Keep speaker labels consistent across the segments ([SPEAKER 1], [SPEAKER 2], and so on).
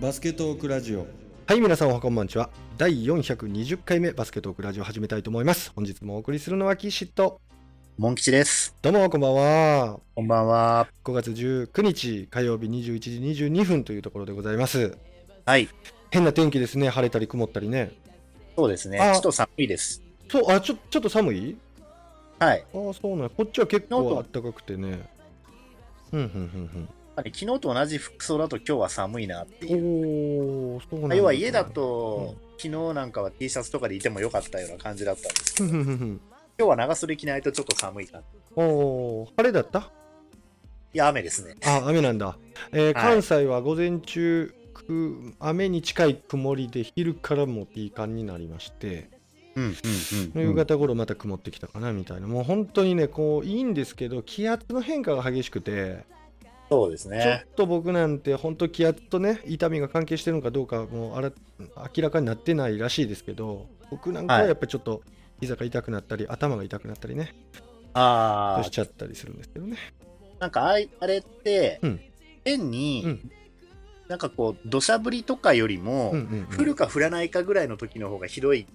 [SPEAKER 1] バスケトークラジオ
[SPEAKER 2] はい、皆さんおはこんばんちは。第420回目バスケトークラジオ始めたいと思います。本日もお送りするのはキシット。
[SPEAKER 3] モン吉です。
[SPEAKER 2] どうもこんばんは。
[SPEAKER 3] こんばんは。
[SPEAKER 2] 5月19日火曜日21時22分というところでございます。
[SPEAKER 3] はい。
[SPEAKER 2] 変な天気ですね。晴れたり曇ったりね。
[SPEAKER 3] そうですね。ち
[SPEAKER 2] あ
[SPEAKER 3] ょっと寒いです。
[SPEAKER 2] そう、あ、ちょちょっと寒い
[SPEAKER 3] はい。
[SPEAKER 2] ああ、そうなんやこっちは結
[SPEAKER 3] なん
[SPEAKER 2] 構
[SPEAKER 3] か
[SPEAKER 2] 暖かくてね。うんうん
[SPEAKER 3] やっぱり昨日と同じ服装だと今日は寒いなって
[SPEAKER 2] うんう
[SPEAKER 3] いう。
[SPEAKER 2] ん。おー、そうなん
[SPEAKER 3] まあ
[SPEAKER 2] すね
[SPEAKER 3] 要は家だ。と、昨日なんかは T シャツとかでいてもよかったような感じだったんですけ
[SPEAKER 2] う
[SPEAKER 3] ど、
[SPEAKER 2] んうんうん
[SPEAKER 3] 今日は長袖着ないとちょっと寒いかな。
[SPEAKER 2] うんおー、晴れだった
[SPEAKER 3] いや、雨ですね。
[SPEAKER 2] あ、雨なんだ。えー
[SPEAKER 3] はい
[SPEAKER 2] 関西は午前中、く雨に近い曇りで、昼からもうピーカンになりまして、
[SPEAKER 3] うん、うん、
[SPEAKER 2] 夕方頃また曇ってきたかなみたいな、もう本当にね、こういいんですけど、気圧の変化が激しくて、
[SPEAKER 3] そうです
[SPEAKER 2] ちょっ
[SPEAKER 3] ね。
[SPEAKER 2] と僕なんて、本当、気圧とね、痛みが関係してるのかどうか、もうあら明らかになってないらしいですけど、僕なんかは
[SPEAKER 3] はい
[SPEAKER 2] やっぱりちょっと、膝が痛くなったり、頭が痛くなったりね、
[SPEAKER 3] あ
[SPEAKER 2] しちゃったりするんですけどね。
[SPEAKER 3] あ、なんかあいあれって、
[SPEAKER 2] うん
[SPEAKER 3] 変に、
[SPEAKER 2] うん
[SPEAKER 3] なんかこう、土砂降りとかよりも、
[SPEAKER 2] うんうんうん
[SPEAKER 3] 降るか降らないかぐらいの時の方がひどい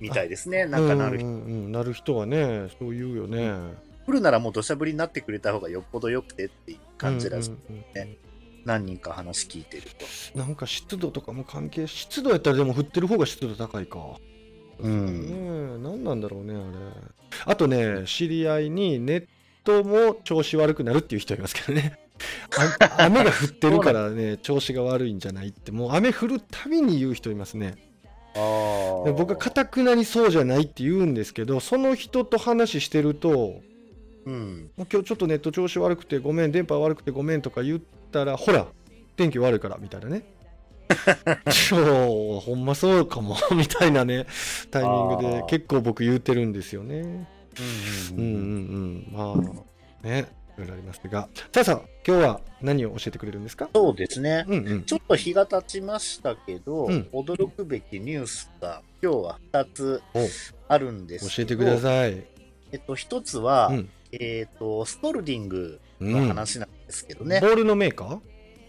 [SPEAKER 3] みたいですね。なんかなる人
[SPEAKER 2] うんうんうんなる人はね、そう言うよね。
[SPEAKER 3] 降るならもう土砂降りになってくれた方がよっぽどよくてっていう感じらしい、
[SPEAKER 2] うんうんうん
[SPEAKER 3] 何人か話聞いてると、
[SPEAKER 2] なんか湿度とかも関係湿度やったらでも降ってる方が湿度高いか、
[SPEAKER 3] う
[SPEAKER 2] ね
[SPEAKER 3] ん、
[SPEAKER 2] え何なんだろうねあれあとね知り合いにネットも調子悪くなるっていう人いますけど ねあ雨が降ってるからね調子が悪いんじゃないってもう雨降るたびに言う人いますね
[SPEAKER 3] あ
[SPEAKER 2] で僕はかたくなにそうじゃないって言うんですけどその人と話してると
[SPEAKER 3] うん
[SPEAKER 2] もう今日ちょっとネット調子悪くてごめん電波悪くてごめんとか言ったらほら天気悪いからみたいなねそうほんまそうかもみたいなねタイミングで
[SPEAKER 3] あー
[SPEAKER 2] 結構僕言うてるんですよね
[SPEAKER 3] う
[SPEAKER 2] うんうん
[SPEAKER 3] ん
[SPEAKER 2] うんまあねいろいろありますがさあさあ今日は何を教えてくれるんですか
[SPEAKER 3] そうですね
[SPEAKER 2] うんうん
[SPEAKER 3] ちょっと日が経ちましたけど、
[SPEAKER 2] うん
[SPEAKER 3] 驚くべきニュースが今日は2つ
[SPEAKER 2] お
[SPEAKER 3] あるんです
[SPEAKER 2] 教えてくだ
[SPEAKER 3] い、
[SPEAKER 2] さい
[SPEAKER 3] えっと、1つは、
[SPEAKER 2] うん
[SPEAKER 3] えっとストルディング
[SPEAKER 2] うん
[SPEAKER 3] の話なんですけど
[SPEAKER 2] ボ
[SPEAKER 3] ね、
[SPEAKER 2] ールのメーカー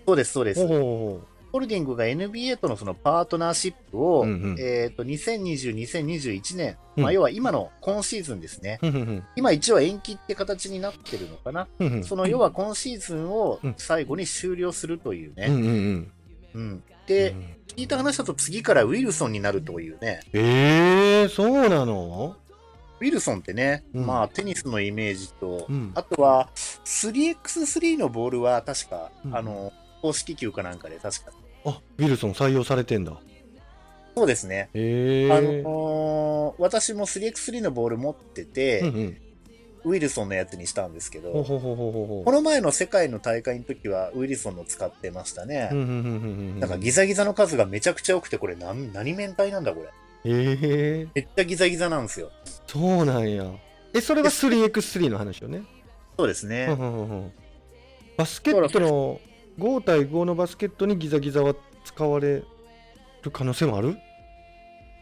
[SPEAKER 3] そうですそうです
[SPEAKER 2] ほうほ
[SPEAKER 3] ストルディングが NBA とのそのパートナーシップを、
[SPEAKER 2] うんうん
[SPEAKER 3] えっと2020、2021年、
[SPEAKER 2] うん
[SPEAKER 3] まあ、要は今の今シーズンですね、
[SPEAKER 2] うほうふんふん
[SPEAKER 3] 今一応延期って形になってるのかな、
[SPEAKER 2] ふんふん
[SPEAKER 3] その要は今シーズンを最後に終了するとい
[SPEAKER 2] う
[SPEAKER 3] う
[SPEAKER 2] ん
[SPEAKER 3] ね、
[SPEAKER 2] うんうん
[SPEAKER 3] うん
[SPEAKER 2] う
[SPEAKER 3] で、
[SPEAKER 2] ん
[SPEAKER 3] 聞いた話だと次からウィルソンになるというね、
[SPEAKER 2] えー、そうなの
[SPEAKER 3] ウィルソンってね、
[SPEAKER 2] うん
[SPEAKER 3] まあテニスのイメージと、
[SPEAKER 2] うん
[SPEAKER 3] あとは 3x3 のボールは確か、
[SPEAKER 2] うん
[SPEAKER 3] あの公式球かなんかで確か、
[SPEAKER 2] あウィルソン採用されてんだ
[SPEAKER 3] そうですね。
[SPEAKER 2] へえ
[SPEAKER 3] あのー私も 3x3 のボール持ってて、
[SPEAKER 2] うんうん、
[SPEAKER 3] ウィルソンのやつにしたんですけど、
[SPEAKER 2] ほうほうほうほうほう
[SPEAKER 3] この前の世界の大会の時はウィルソンの使ってましたね。
[SPEAKER 2] うんうんうんうんうん
[SPEAKER 3] なんかギザギザの数がめちゃくちゃ多くて、これ何、何面体なんだこれ。
[SPEAKER 2] へえ
[SPEAKER 3] めっちゃギザギザなんですよ。
[SPEAKER 2] そうなんやえそれが 3x3 の話よね
[SPEAKER 3] そうです
[SPEAKER 2] ほう
[SPEAKER 3] ね。
[SPEAKER 2] ほうほうほうバスケットの5対5のバスケットにギザギザは使われる可能性もある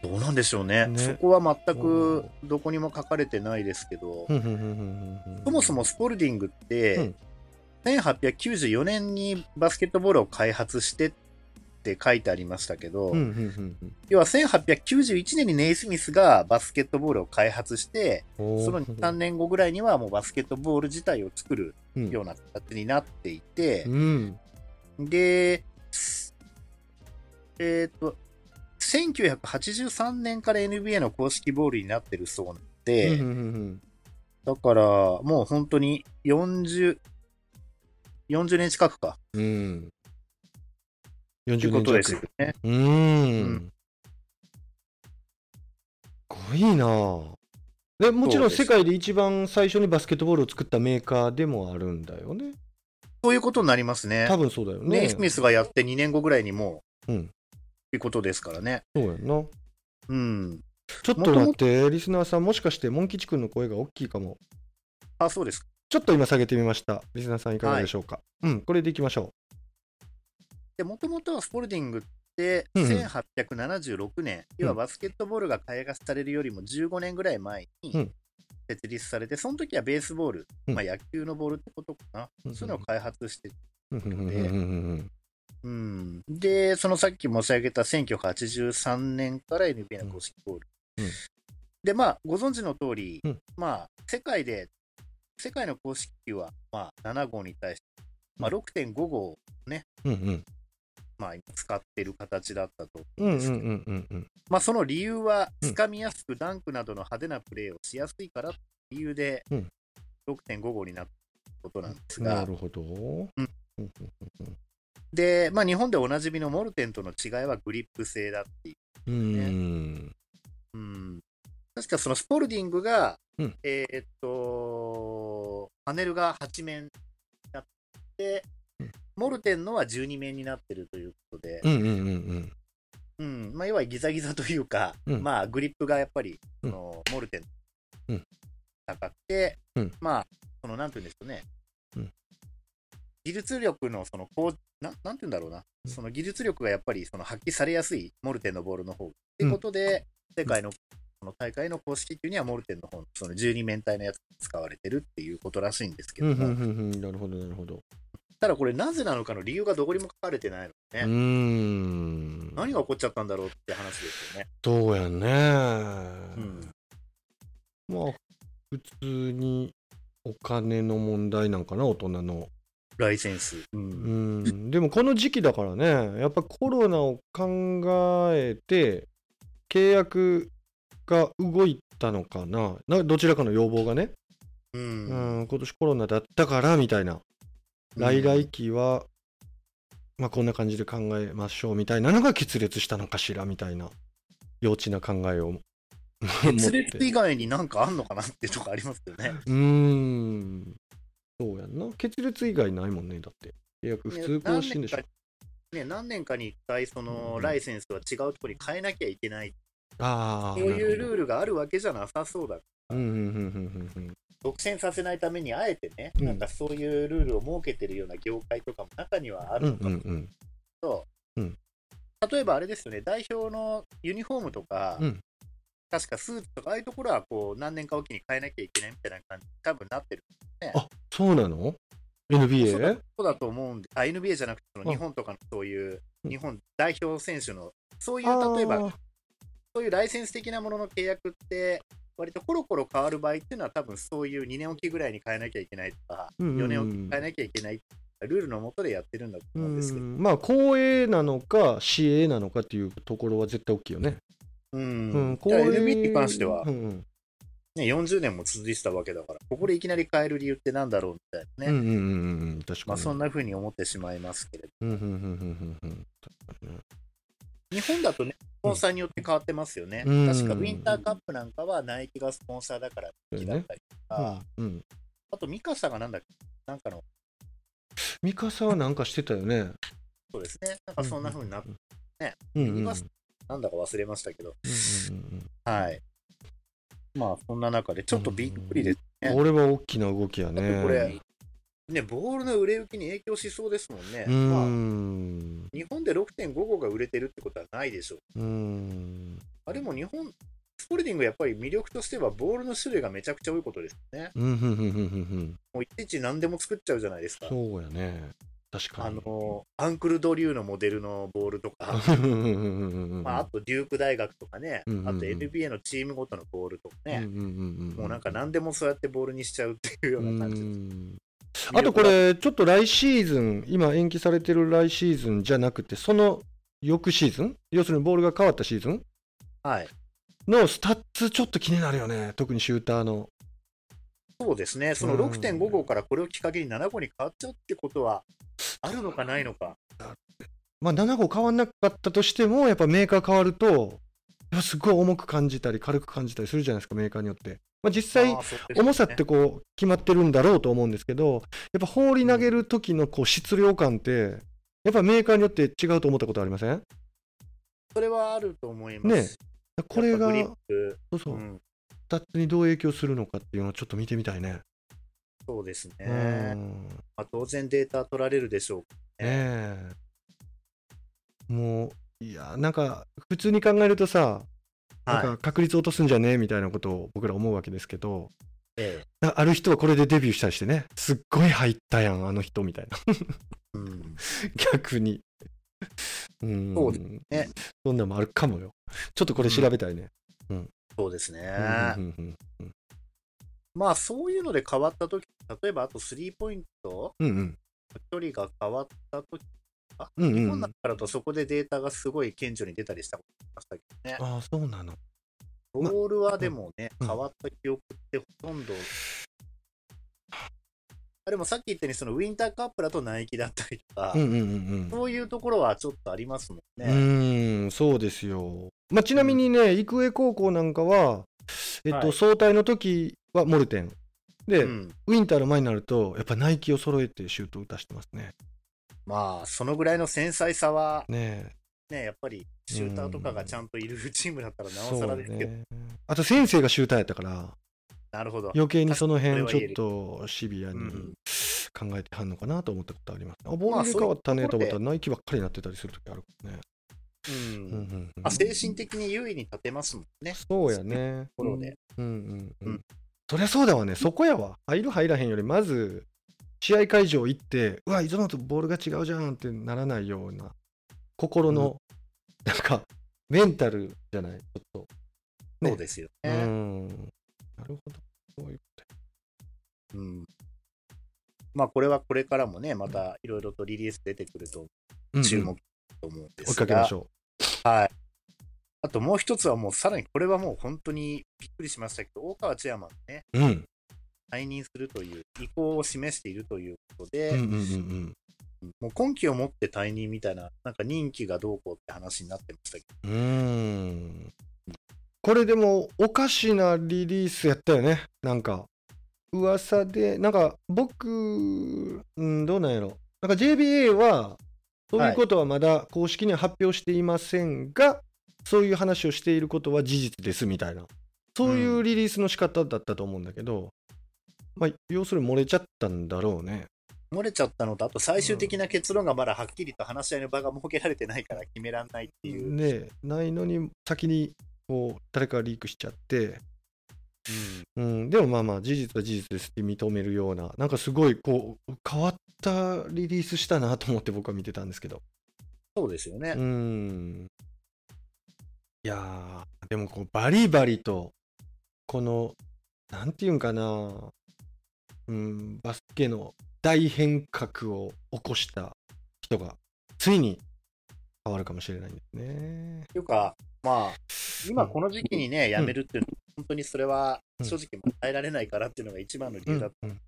[SPEAKER 3] どうなんでしょうね。
[SPEAKER 2] ね
[SPEAKER 3] そこは全くどこにも書かれてないですけど、
[SPEAKER 2] うんうんうんうんうんうん
[SPEAKER 3] そもそもスポルディングって、
[SPEAKER 2] うん
[SPEAKER 3] 1894年にバスケットボールを開発してって書いてありましたけ
[SPEAKER 2] う
[SPEAKER 3] ど、
[SPEAKER 2] んうんうんうん
[SPEAKER 3] 要は1891年にネイスミスがバスケットボールを開発して、
[SPEAKER 2] おー
[SPEAKER 3] その2、3年後ぐらいにはもうバスケットボール自体を作る
[SPEAKER 2] うん
[SPEAKER 3] ような形になっていて、
[SPEAKER 2] うん
[SPEAKER 3] で、えっ、と、1983年から NBA の公式ボールになってるそうなんで、
[SPEAKER 2] うんうんうん
[SPEAKER 3] だからもう本当に40、40年近くか、
[SPEAKER 2] うんうん
[SPEAKER 3] とい
[SPEAKER 2] 40
[SPEAKER 3] うこ
[SPEAKER 2] 年
[SPEAKER 3] とですよ
[SPEAKER 2] 弱
[SPEAKER 3] ね。
[SPEAKER 2] うー。
[SPEAKER 3] うん
[SPEAKER 2] すごいなぁでもちろん
[SPEAKER 3] そうです
[SPEAKER 2] 世界で一番最初にバスケットボールを作ったメーカーでもあるんだよね。
[SPEAKER 3] そういうことになりますね。
[SPEAKER 2] 多分そうだよね。
[SPEAKER 3] ネイスミスがやって2年後ぐらいにもう、
[SPEAKER 2] うん
[SPEAKER 3] ということですからね。
[SPEAKER 2] そうやんな。
[SPEAKER 3] うん。
[SPEAKER 2] ちょっと待って、リスナーさん、もしかして、モン吉君の声が大きいかも。
[SPEAKER 3] あ、そうですか。
[SPEAKER 2] ちょっと今下げてみました。リスナーさん、いかがでしょうか。うん、これでいきましょ
[SPEAKER 3] で、もともとはスポルディングって、
[SPEAKER 2] うんうん
[SPEAKER 3] 1876年、要はバスケットボールが開発されるよりも15年ぐらい前
[SPEAKER 2] う
[SPEAKER 3] に
[SPEAKER 2] ん
[SPEAKER 3] 設立されて、その時はベースボール、
[SPEAKER 2] うん
[SPEAKER 3] まあ野球のボールってことかな、
[SPEAKER 2] うんうん
[SPEAKER 3] そういうのを開発して、
[SPEAKER 2] う。うんうんうんうんうん
[SPEAKER 3] うん。で、そのさっき申し上げた1983年から NBA の公式ボール。
[SPEAKER 2] うんうん
[SPEAKER 3] で、まあ、ご存知の通り、
[SPEAKER 2] うん
[SPEAKER 3] まあ、世界で、世界の公式球は、まあ、7号に対して、まあ、6.5号を、
[SPEAKER 2] うんうん
[SPEAKER 3] まあ、今使ってる形だったと思
[SPEAKER 2] う
[SPEAKER 3] うん
[SPEAKER 2] ん
[SPEAKER 3] です
[SPEAKER 2] う
[SPEAKER 3] けど、
[SPEAKER 2] んうんうんうん
[SPEAKER 3] まあ、その理由は、
[SPEAKER 2] うん
[SPEAKER 3] つかみやすくダンクなどの派手なプレーをしやすいからっていう理由で、
[SPEAKER 2] うん
[SPEAKER 3] 6.5号になったことなんですが、
[SPEAKER 2] なるほど、うん
[SPEAKER 3] ん
[SPEAKER 2] うん
[SPEAKER 3] で、まあ、日本でおなじみのモルテンとの違いはグリップ性だっていう。
[SPEAKER 2] うん
[SPEAKER 3] うん、確かそのスポルディングが、
[SPEAKER 2] うん
[SPEAKER 3] えーっと、パネルが8面になって、
[SPEAKER 2] うん
[SPEAKER 3] モルテンのは12面になってるということで、
[SPEAKER 2] うんうんうんうん
[SPEAKER 3] うんまあ、要はギザギザというか、
[SPEAKER 2] うん
[SPEAKER 3] まあ、グリップがやっぱり、
[SPEAKER 2] う
[SPEAKER 3] そ
[SPEAKER 2] ん
[SPEAKER 3] のモルテン
[SPEAKER 2] うん
[SPEAKER 3] 高くて、
[SPEAKER 2] うん
[SPEAKER 3] まあ、そのなんていうんですかね、
[SPEAKER 2] うん
[SPEAKER 3] 技術力のそのこうな、なんていうんだろうな、
[SPEAKER 2] うん
[SPEAKER 3] その技術力がやっぱりその発揮されやすいモルテンのボールの方ってことで、世界のその大会の公式球にはモルテンの方のその12面体のやつが使われてるっていうことらしいんですけ
[SPEAKER 2] う
[SPEAKER 3] ど
[SPEAKER 2] ん
[SPEAKER 3] も、
[SPEAKER 2] うんうんうんなるほどなるほど
[SPEAKER 3] ただこれ、なぜなのかの理由がどこにも書かれてないので
[SPEAKER 2] う
[SPEAKER 3] ね、
[SPEAKER 2] ーん
[SPEAKER 3] 何が起こっちゃったんだろうって話ですよね。
[SPEAKER 2] どうやんね、
[SPEAKER 3] うん
[SPEAKER 2] まあ普通にお金の問題なんかな大人の
[SPEAKER 3] ライセンス。う。
[SPEAKER 2] うんんでもこの時期だからねやっぱコロナを考えて契約が動いたのかななどちらかの要望がね、
[SPEAKER 3] う。
[SPEAKER 2] うんん、今年コロナだったからみたいな来来期は、まあ、こんな感じで考えましょうみたいなのが決裂したのかしらみたいな幼稚な考えを持って
[SPEAKER 3] 決裂以外になんかあんのかなってとこありますよね。
[SPEAKER 2] うーんそうやんな決裂以外ないもんねだって契約 普通更新でしょ
[SPEAKER 3] ねね、何年かに一回、その
[SPEAKER 2] うん
[SPEAKER 3] ライセンスは違うところに変えなきゃいけない、
[SPEAKER 2] ああ
[SPEAKER 3] そういうル
[SPEAKER 2] ー
[SPEAKER 3] ールがあるわけじゃなさそうだ。
[SPEAKER 2] うんうんうんうんうんうん
[SPEAKER 3] 独占させないために、あえてね、
[SPEAKER 2] うん
[SPEAKER 3] なんかそういうルールを設けてるような業界とかも中にはあ
[SPEAKER 2] うん
[SPEAKER 3] るのか
[SPEAKER 2] う
[SPEAKER 3] も
[SPEAKER 2] んうんうん
[SPEAKER 3] 例えばあれですよね、代表のユニフォームとか、
[SPEAKER 2] うん
[SPEAKER 3] 確かスーツとか、ああいうところはこう何年かおきに変えなきゃいけないみたいな感じ、多分なってる。
[SPEAKER 2] あそうなの
[SPEAKER 3] そうだ
[SPEAKER 2] ?NBA?
[SPEAKER 3] そうだと思うんで、あ NBA じゃなくて、その
[SPEAKER 2] あ
[SPEAKER 3] 日本とかのそういう
[SPEAKER 2] うん
[SPEAKER 3] 日本代表選手の、そういう
[SPEAKER 2] あー
[SPEAKER 3] 例えば、そういうライセンス的なものの契約って、割とコロコロ変わる場合っていうのは、多分そういう2年おきぐらいに変えなきゃいけないとか、
[SPEAKER 2] うんうんうん
[SPEAKER 3] 4年おきに変えなきゃいけない、ルールのもとでやってるんだと
[SPEAKER 2] う
[SPEAKER 3] 思うんですけど、
[SPEAKER 2] んまあ公営なのか市営なのかっていうところは絶対大きいよね。
[SPEAKER 3] うん
[SPEAKER 2] うん、
[SPEAKER 3] だから NBA に関しては
[SPEAKER 2] う、んうん
[SPEAKER 3] ね、40年も続いてたわけだから、ここでいきなり変える理由ってなんだろうみたいなね、
[SPEAKER 2] うんうんうんうんうん、確かに。
[SPEAKER 3] まあ、そんな風に思ってしまいますけれど、
[SPEAKER 2] うんうんうんうんうん
[SPEAKER 3] 日本だとね、スポンサーによって変わってますよね、
[SPEAKER 2] うん
[SPEAKER 3] 確かウィンターカップなんかはナイキがスポンサーだから
[SPEAKER 2] うん。
[SPEAKER 3] だったりとか、
[SPEAKER 2] うんうん。
[SPEAKER 3] あとミカサがなんだっけ、なんかの、
[SPEAKER 2] ミカサはなんかしてたよね。
[SPEAKER 3] そうですね、なんかそんな風になって、ね。
[SPEAKER 2] うんうんうん。
[SPEAKER 3] ユニバーサルなんだか忘れましたけど、
[SPEAKER 2] うんうんうんうん
[SPEAKER 3] はい。まあ、そんな中で、ちょっとびっくりですね。
[SPEAKER 2] 俺は大きな動きや
[SPEAKER 3] だって
[SPEAKER 2] ね。
[SPEAKER 3] これ、ね、ボールの売れ行きに影響しそうですもんね。
[SPEAKER 2] うー
[SPEAKER 3] まあ
[SPEAKER 2] ん。
[SPEAKER 3] 日本で6.5号が売れてるってことはないでしょう。
[SPEAKER 2] うーん。
[SPEAKER 3] あれも日本、スポルディングやっぱり魅力としてはボールの種類がめちゃくちゃ多いことですよね。
[SPEAKER 2] うんうんうんうんうん
[SPEAKER 3] もういちいち何でも作っちゃうじゃないです
[SPEAKER 2] うん。
[SPEAKER 3] か。
[SPEAKER 2] そうやね。確か
[SPEAKER 3] あ
[SPEAKER 2] に。
[SPEAKER 3] の、アンクル・ドリューのモデルのボールとか、
[SPEAKER 2] うんうんうんうんうんうん。
[SPEAKER 3] まあ、あとデューク大学とかね、
[SPEAKER 2] う
[SPEAKER 3] あと
[SPEAKER 2] んうんうん
[SPEAKER 3] NBA のチームごとのボールとか
[SPEAKER 2] うん
[SPEAKER 3] ね、
[SPEAKER 2] うんうんうん。
[SPEAKER 3] もうなんか何でもそうやってボールにしちゃうっていうような感じ
[SPEAKER 2] う
[SPEAKER 3] で
[SPEAKER 2] んあとこれ、ちょっと来シーズン、今延期されてる来シーズンじゃなくて、その翌シーズン、要するにボールが変わったシーズン
[SPEAKER 3] はい。
[SPEAKER 2] のスタッツ、ちょっと気になるよね、特にシューターの。
[SPEAKER 3] そうですね、その
[SPEAKER 2] うん
[SPEAKER 3] 6.5号からこれをきっかけに7号に変わっちゃうってことは、あるのかないのか。
[SPEAKER 2] まあ、7号変わんなかったとしても、やっぱメーカー変わると、いやすごい重く感じたり、軽く感じたりするじゃないですか、メーカーによって。まあ、実際
[SPEAKER 3] あ、ーそうですね
[SPEAKER 2] 重さってこう決まってるんだろうと思うんですけど、やっぱ放り投げる時のこう質量感って、やっぱメーカーによって違うと思ったことありません
[SPEAKER 3] それはあると思います。
[SPEAKER 2] ねこれが、
[SPEAKER 3] やっぱグリップ
[SPEAKER 2] そうそうう、
[SPEAKER 3] ん、
[SPEAKER 2] スタッツにどう影響するのかっていうのをちょっと見てみたいね。
[SPEAKER 3] そうですね、
[SPEAKER 2] うんね
[SPEAKER 3] まあ、当然データ取られるでしょう
[SPEAKER 2] えもういやなんか普通に考えるとさ、
[SPEAKER 3] はい
[SPEAKER 2] なんか確率落とすんじゃねえみたいなことを僕ら思うわけですけど
[SPEAKER 3] え
[SPEAKER 2] あある人はこれでデビューしたりしてねすっごい入ったやんあの人みたいな
[SPEAKER 3] えうん、
[SPEAKER 2] 逆にうん
[SPEAKER 3] そうですね
[SPEAKER 2] そんなんもあるかもよ。ちょっとこれ調べたいね。
[SPEAKER 3] そうですね。
[SPEAKER 2] うんうん
[SPEAKER 3] まあそういうので変わったとき、例えばあとスリーポイント、
[SPEAKER 2] うんうん
[SPEAKER 3] 距離が変わったとき、あ
[SPEAKER 2] うんうん
[SPEAKER 3] 日本だからとそこでデータがすごい顕著に出たりしたことありましたけどね。
[SPEAKER 2] ああ、そうなの。ま
[SPEAKER 3] ボールはでもね、
[SPEAKER 2] うん
[SPEAKER 3] 変わった記憶ってほとんど。あでもさっき言ったように、そのウィンターカップだとナイキだったりとか、
[SPEAKER 2] うんうんうんうん。
[SPEAKER 3] そういうところはちょっとありますも
[SPEAKER 2] う
[SPEAKER 3] んね。
[SPEAKER 2] ーん、そうですよ。まあ、ちなみにね、育英高校なんかは、えっと、
[SPEAKER 3] はい
[SPEAKER 2] 総体の時はモルテン。で、
[SPEAKER 3] うん
[SPEAKER 2] ウィンターの前になると、やっぱナイキを揃えてシュートを打たしてますね。
[SPEAKER 3] まあ、そのぐらいの繊細さは、
[SPEAKER 2] ね
[SPEAKER 3] ね、やっぱりシューターとかがちゃんといるチームだったら
[SPEAKER 2] え。
[SPEAKER 3] なおさらですけど、
[SPEAKER 2] ね。あと先生がシューターやったから、
[SPEAKER 3] なるほど。
[SPEAKER 2] 余計にその辺
[SPEAKER 3] 確
[SPEAKER 2] ち
[SPEAKER 3] かに
[SPEAKER 2] ょっとシビアに
[SPEAKER 3] うん
[SPEAKER 2] 考えてはんのかなと思ったことあります。あ、ボール入れ替わったねと思ったらナイキばっかりになってたりする時あるからね。
[SPEAKER 3] う
[SPEAKER 2] うんんうんうん
[SPEAKER 3] まあ、精神的に優位に立てますもんね。
[SPEAKER 2] そうやね。
[SPEAKER 3] ところで
[SPEAKER 2] うんうんう
[SPEAKER 3] うんん。
[SPEAKER 2] そりゃそうだわね、そこやわ。入る入らへんより、まず、試合会場行って、うわ、いつものとボールが違うじゃんってならないような、心の、なんか、メンタルじゃない、ちょっと。ね
[SPEAKER 3] そうですよ
[SPEAKER 2] う
[SPEAKER 3] ね。
[SPEAKER 2] ん。なるほど。そういうこと
[SPEAKER 3] うんまあ、これはこれからもね、またいろいろとリリース出てくると
[SPEAKER 2] うんうん
[SPEAKER 3] 注目だと思うんで
[SPEAKER 2] 追い
[SPEAKER 3] す
[SPEAKER 2] かけま
[SPEAKER 3] が
[SPEAKER 2] し、ょ
[SPEAKER 3] はい。あともう一つはもうさらにこれはもう本当にびっくりしましたけど、大川チェアマンがね、
[SPEAKER 2] う。うん。
[SPEAKER 3] 退任するという意向を示しているということで、
[SPEAKER 2] うんうんうん
[SPEAKER 3] もう今期をもって退任みたいな、なんか任期がどうこうって話になってましたけど、
[SPEAKER 2] うん。うーん。これでも、おかしなリリースやったよね。なんか、噂で、なんか、僕、うん、どうなんやろ。なんか JBA は、そういうことはまだ公式には発表していませんが、そういう話をしていることは事実ですみたいな、そういうリリースの仕方だったと思うんだけど、まあ、要するに漏れちゃったんだろうね。
[SPEAKER 3] 漏れちゃったのと、あと最終的な結論がまだはっきりと話し合いの場が設けられてないから決められないっていう。
[SPEAKER 2] ねえないのに、先にこう誰かがリークしちゃって、
[SPEAKER 3] うん
[SPEAKER 2] うん、でもまあまあ事実は事実ですって認めるようななんかすごいこう変わったリリースしたなと思って僕は見てたんですけど
[SPEAKER 3] そうですよね。
[SPEAKER 2] うんいやーでもこうバリバリとこのなんていうんかな、うん、バスケの大変革を起こした人がついに変わるかもしれないんですね。
[SPEAKER 3] というか、まあ、今こ
[SPEAKER 2] の
[SPEAKER 3] の時期にね、辞めるっていうのは、本当にそれは
[SPEAKER 2] うん
[SPEAKER 3] 正直もう耐えられないからっていうのが一番の理由だと、
[SPEAKER 2] うん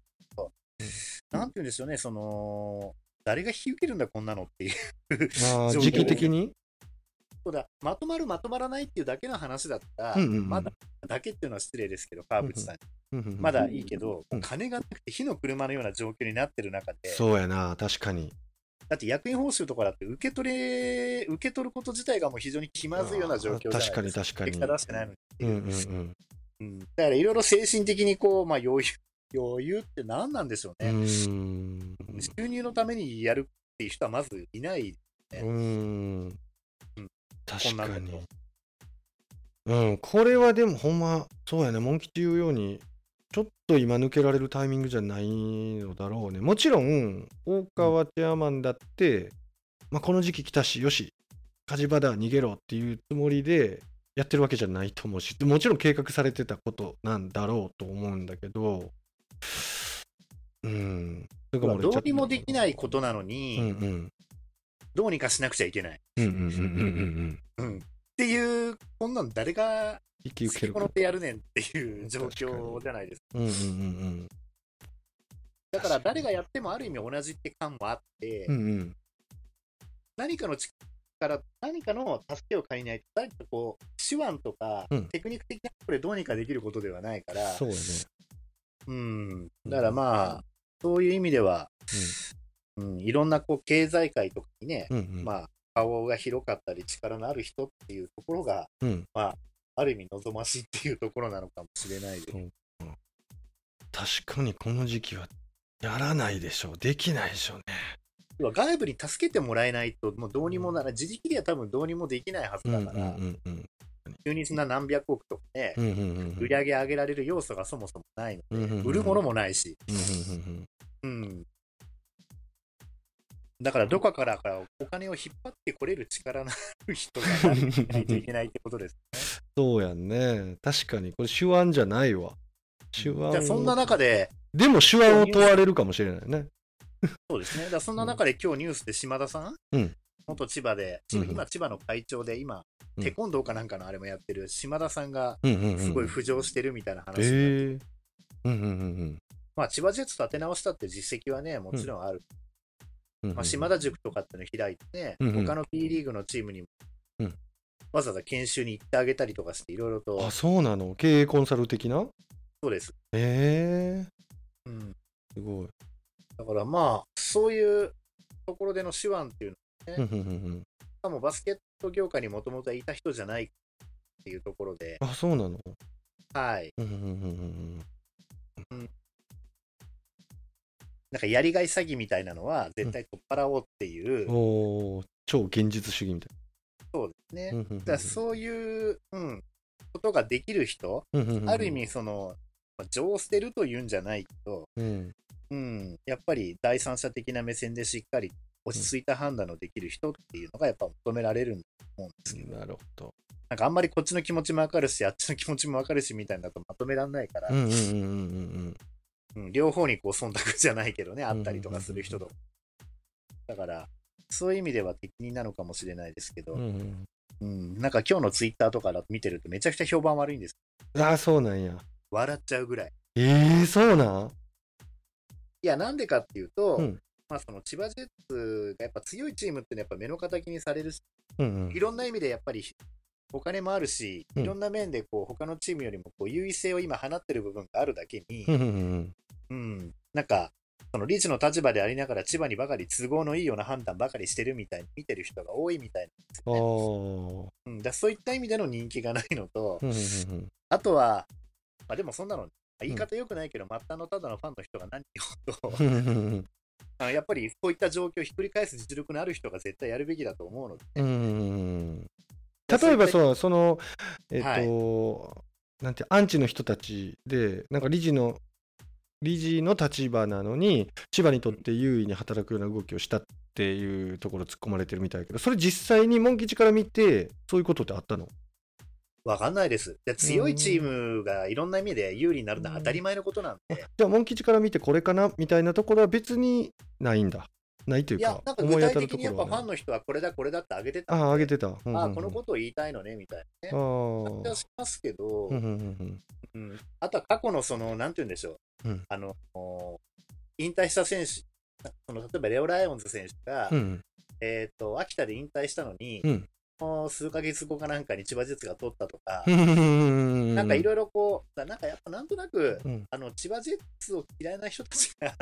[SPEAKER 3] なんて言うんでしょうね、その、誰が引き受けるんだ、こんなのっていう
[SPEAKER 2] まあ
[SPEAKER 3] 状況
[SPEAKER 2] 時期的に、
[SPEAKER 3] そうだ、まとまる、まとまらないっていうだけの話だったら、
[SPEAKER 2] うんうんうん
[SPEAKER 3] まだ、だけっていうのは失礼ですけど、川淵さん、
[SPEAKER 2] うんうんうん
[SPEAKER 3] まだいいけど、
[SPEAKER 2] うん
[SPEAKER 3] 金がなくて火の車のような状況になってる中で、
[SPEAKER 2] そうやな確かに
[SPEAKER 3] だって役員報酬とかだって受け取れ、受け取ること自体がもう非常に気まずいような状況じゃないです
[SPEAKER 2] 確かに確かに
[SPEAKER 3] 結果出してないのにって
[SPEAKER 2] う
[SPEAKER 3] い
[SPEAKER 2] ん
[SPEAKER 3] う
[SPEAKER 2] うんうん
[SPEAKER 3] うんだからいろいろ精神的にこう、まあ、余裕余裕って何なんでしょう
[SPEAKER 2] うー
[SPEAKER 3] ね、
[SPEAKER 2] ん
[SPEAKER 3] 収入のためにやるっていう人はまずいない、
[SPEAKER 2] うーん確
[SPEAKER 3] こん
[SPEAKER 2] か
[SPEAKER 3] なこ
[SPEAKER 2] にうんこれはでもほんまそうやねモン吉言うようにちょっと今抜けられるタイミングじゃないのだろうねもちろん大川チェアマンだって、まあ、この時期来たしよし火事場だ逃げろっていうつもりでやってるわけじゃないと思うしもちろん計画されてたことなんだろうと思うんだけどうんそれが漏れちゃ
[SPEAKER 3] ど
[SPEAKER 2] った
[SPEAKER 3] うにもできないことなのに、
[SPEAKER 2] うんうん
[SPEAKER 3] どうにかしなくちゃいけない、
[SPEAKER 2] うんうんうんうんうん
[SPEAKER 3] うんっていう、こんなん誰が
[SPEAKER 2] 引き受け
[SPEAKER 3] 好き
[SPEAKER 2] る
[SPEAKER 3] 好
[SPEAKER 2] か
[SPEAKER 3] んでやるねんっていう状況じゃないですか。
[SPEAKER 2] うんうんうん
[SPEAKER 3] だから誰がやってもある意味同じって感もあって、
[SPEAKER 2] うんうんうん
[SPEAKER 3] 何かの力、何かの助けを借りないと、誰かこう、手腕とか、
[SPEAKER 2] うん
[SPEAKER 3] テクニック的なところでどうにかできることではないから、
[SPEAKER 2] そうやね
[SPEAKER 3] うん、だからまあ、そういう意味では、うん、いろんなこう経済界とかにね、
[SPEAKER 2] うんうん
[SPEAKER 3] まあ、顔が広かったり、力のある人っていうところが、
[SPEAKER 2] うん
[SPEAKER 3] ある意味望ましいっていうところなのかもしれないです。
[SPEAKER 2] 確かにこの時期はやらないでしょうできないでしょうね
[SPEAKER 3] 要は外部に助けてもらえないと、もうどうにもなら、自力では多分どうにもできないはず
[SPEAKER 2] うんう
[SPEAKER 3] だ
[SPEAKER 2] ん
[SPEAKER 3] から、
[SPEAKER 2] うんうん
[SPEAKER 3] 急にそんな何百億とかね、
[SPEAKER 2] うんうんうん
[SPEAKER 3] 売り上げ上げられる要素がそもそもないの。
[SPEAKER 2] うんうんうん
[SPEAKER 3] 売るものもないし、
[SPEAKER 2] うんうんうんうん
[SPEAKER 3] うん。だからどこからかお金を引っ張ってこれる力のある人がないといけないってことです。
[SPEAKER 2] そうやんね。確かに、これ手腕じゃないわ。手腕を
[SPEAKER 3] じゃあそんな中で、
[SPEAKER 2] でも手腕を問われるかもしれないね。
[SPEAKER 3] そうですね。だからそんな中で今日ニュースで島田さん、
[SPEAKER 2] うん
[SPEAKER 3] 元千葉で、
[SPEAKER 2] うん
[SPEAKER 3] 今千葉の会長で今、
[SPEAKER 2] うん
[SPEAKER 3] テコンドーかなんかのあれもやってる島田さんが
[SPEAKER 2] うんうんうん。
[SPEAKER 3] すごい浮上してるみたいな話、
[SPEAKER 2] えーうんうんうん
[SPEAKER 3] まあ千葉ジェッツ立て直したって実績はね、もちろんある。
[SPEAKER 2] うん。
[SPEAKER 3] まあ、島田塾とかっていうの開いてね、
[SPEAKER 2] うんうん
[SPEAKER 3] 他の B リーグのチームにも、
[SPEAKER 2] うん
[SPEAKER 3] わざわざ研修に行ってあげたりとかして、いろいろと
[SPEAKER 2] あ、、そうなの経営コンサル的な
[SPEAKER 3] そうです。
[SPEAKER 2] ええ
[SPEAKER 3] うん、
[SPEAKER 2] すごい。
[SPEAKER 3] だからまあ、そういうところでの手腕っていうの
[SPEAKER 2] うんうんうんうん
[SPEAKER 3] は、もうバスケット業界にもともといた人じゃないっていうところで、
[SPEAKER 2] あ、そうなの
[SPEAKER 3] はい。
[SPEAKER 2] うんうんうんうん
[SPEAKER 3] なんかやりがい詐欺みたいなのは、絶対取っ払おうっていう
[SPEAKER 2] うん。、おー超現実主義みたい
[SPEAKER 3] そうですね。
[SPEAKER 2] な。うんうんうん
[SPEAKER 3] だからそういう、うん、ことができる人、
[SPEAKER 2] うんうんうんうん
[SPEAKER 3] ある意味、その、まあ情を捨てるというんじゃないけど、
[SPEAKER 2] うん
[SPEAKER 3] うん、やっぱり第三者的な目線でしっかり落ち着いた判断のできる人っていうのがやっぱ求められるんだと思うんですけど、
[SPEAKER 2] なるほど。
[SPEAKER 3] なんかあんまりこっちの気持ちもわかるし、あっちの気持ちもわかるしみたいなのだとまとめられないから、
[SPEAKER 2] うんうんうんうんうん
[SPEAKER 3] うん両方にこう忖度じゃないけどね、あったりとかする人とか。だから、そういう意味では適任なのかもしれないですけど、
[SPEAKER 2] うんうん
[SPEAKER 3] うん、なんか今日のツイッターとかだと見てるとめちゃくちゃ評判悪いんです。
[SPEAKER 2] うん。あ、そうなんや。
[SPEAKER 3] 笑っちゃうぐらい。
[SPEAKER 2] ええそうなん
[SPEAKER 3] いや、なんでかっていうと、
[SPEAKER 2] うん
[SPEAKER 3] まあその千葉ジェッツがやっぱ強いチームってのはやっぱ目の敵にされるし
[SPEAKER 2] うんうん
[SPEAKER 3] いろんな意味でやっぱりお金もあるし、
[SPEAKER 2] うん
[SPEAKER 3] いろんな面でこう他のチームよりもこう優位性を今放ってる部分があるだけに、
[SPEAKER 2] うんうんうん
[SPEAKER 3] うんなんか、そのリーチの立場でありながら千葉にばかり都合のいいような判断ばかりしてるみたいに見てる人が多いみたいなんです
[SPEAKER 2] あ
[SPEAKER 3] よね。
[SPEAKER 2] ー
[SPEAKER 3] うん、だそういった意味での人気がないのと、
[SPEAKER 2] うんうんうん
[SPEAKER 3] あとは、まあ、でもそんなの、言い方良くないけど、末端のただのファンの人が何を
[SPEAKER 2] うんうんうんうん
[SPEAKER 3] あのやっぱりそういった状況をひっくり返す実力のある人が絶対やるべきだと思うので、
[SPEAKER 2] うんうんうん例えばそうそのえっ、と、なんてアンチの人たちでなんか理事の理事の立場なのに千葉にとって優位に働くような動きをしたっていうところ突っ込まれてるみたいだけどそれ実際にモン吉から見てそういうことってあったの
[SPEAKER 3] わかんないです。で強いチームがいろんな意味で有利になるのは当たり前のことなんで、
[SPEAKER 2] じゃあモン吉から見てこれかなみたいなところは別にないんだないという
[SPEAKER 3] い
[SPEAKER 2] か
[SPEAKER 3] や、なんか具体的にやっぱフ
[SPEAKER 2] は
[SPEAKER 3] ァ
[SPEAKER 2] ね
[SPEAKER 3] ンの人はこれだ、これだってあげてたんで、
[SPEAKER 2] ああ上げてた、うんうんうん
[SPEAKER 3] あーこのことを言いたいのねみたいな
[SPEAKER 2] あ
[SPEAKER 3] ね。
[SPEAKER 2] ー
[SPEAKER 3] 感じはしますけど、
[SPEAKER 2] うんうんうん
[SPEAKER 3] うんあとは過去のその、なんて言うんでしょう、
[SPEAKER 2] うん
[SPEAKER 3] あの引退した選手、その例えばレオ・ライオンズ選手が、
[SPEAKER 2] うん
[SPEAKER 3] えー、と秋田で引退したのに、
[SPEAKER 2] うん
[SPEAKER 3] もう数ヶ月後かなんかに千葉ジェッツが取ったとか、
[SPEAKER 2] うん
[SPEAKER 3] なんかい
[SPEAKER 2] ろ
[SPEAKER 3] ろいろこう、だなんかやっぱなんとなく、
[SPEAKER 2] うん
[SPEAKER 3] あの千葉ジェッツを嫌いな人たち が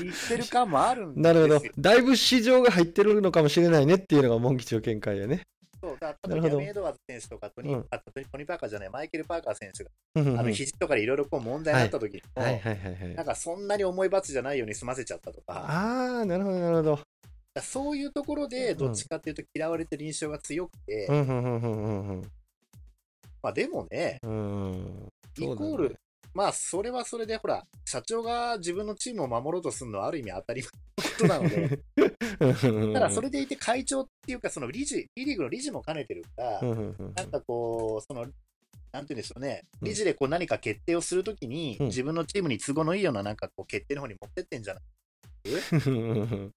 [SPEAKER 3] 言ってる感もあるんですよ。
[SPEAKER 2] なるほど。だいぶ市場が入ってるのかもしれないねっていうのがモン吉の見解やね。
[SPEAKER 3] そうだか
[SPEAKER 2] な
[SPEAKER 3] らト
[SPEAKER 2] る
[SPEAKER 3] ニ
[SPEAKER 2] ほ
[SPEAKER 3] ー・
[SPEAKER 2] ど
[SPEAKER 3] アミエドワーズ選手とかトニー、
[SPEAKER 2] うん
[SPEAKER 3] あトニートニーパーカーじゃない、マイケル・パーカー選手が、
[SPEAKER 2] うんうんうん
[SPEAKER 3] あの肘とかでいろいろこう問題になった時にも、
[SPEAKER 2] はいはいはいは
[SPEAKER 3] なん
[SPEAKER 2] い。
[SPEAKER 3] かそんなに重い罰じゃないように済ませちゃったとか、だか
[SPEAKER 2] ああ、なるほどなるほど。
[SPEAKER 3] らそういうところで、どっちかっていうと嫌われてる印象が強くて、
[SPEAKER 2] うんうんうんうんうん
[SPEAKER 3] まあでもね、
[SPEAKER 2] うんうん。
[SPEAKER 3] イコール、まあそれはそれで、ほら、社長が自分のチームを守ろうとするのはある意味当たり前のことなので、
[SPEAKER 2] そうだね。
[SPEAKER 3] ただそれでいて会長っていうか、その理事、B リーグの理事も兼ねてるから、
[SPEAKER 2] うんうんうん
[SPEAKER 3] なんかこう、その、なんていうんでしょうね、理事でこう何か決定をするときに、
[SPEAKER 2] うん
[SPEAKER 3] 自分のチームに都合のいいようななんかこう決定の方に持ってってんじゃない
[SPEAKER 2] うんうん。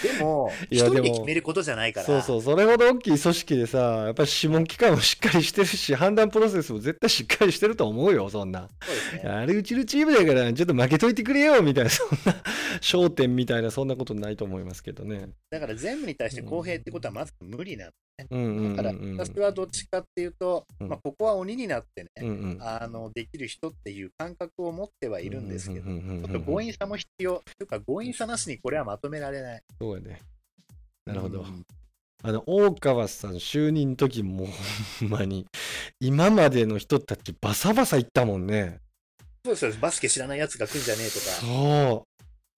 [SPEAKER 3] でも、
[SPEAKER 2] い
[SPEAKER 3] 一
[SPEAKER 2] や
[SPEAKER 3] 人で
[SPEAKER 2] でも
[SPEAKER 3] 決めることじゃないから、
[SPEAKER 2] そうそう、それほど大きい組織でさ、やっぱり諮問機関もしっかりしてるし、判断プロセスも絶対しっかりしてると思うよ、そんな。
[SPEAKER 3] そうですね。
[SPEAKER 2] あれ、うちのチームだから、ちょっと負けといてくれよ、みたいな、そんな、焦点みたいな、そんなことないと思いますけどね。
[SPEAKER 3] だから全部に対して公平ってことはまず無理な
[SPEAKER 2] うんうんうんう
[SPEAKER 3] の。
[SPEAKER 2] ん。
[SPEAKER 3] だから私はどっちかっていうと、
[SPEAKER 2] うん
[SPEAKER 3] まあ、ここは鬼になってね、
[SPEAKER 2] うんうん、
[SPEAKER 3] あのできる人っていう感覚を持ってはいるんですけど、
[SPEAKER 2] ううううんうん
[SPEAKER 3] ちょっと強引さも必要。というか、強引さなしにこれはまとめられない。
[SPEAKER 2] そうやね。なるほど。
[SPEAKER 3] うん
[SPEAKER 2] あの、大川さん就任の時も、 ほんまに、今までの人たちバサバサいったもんね。
[SPEAKER 3] そうですよ、バスケ知らないやつが来るんじゃねえとか。
[SPEAKER 2] そう。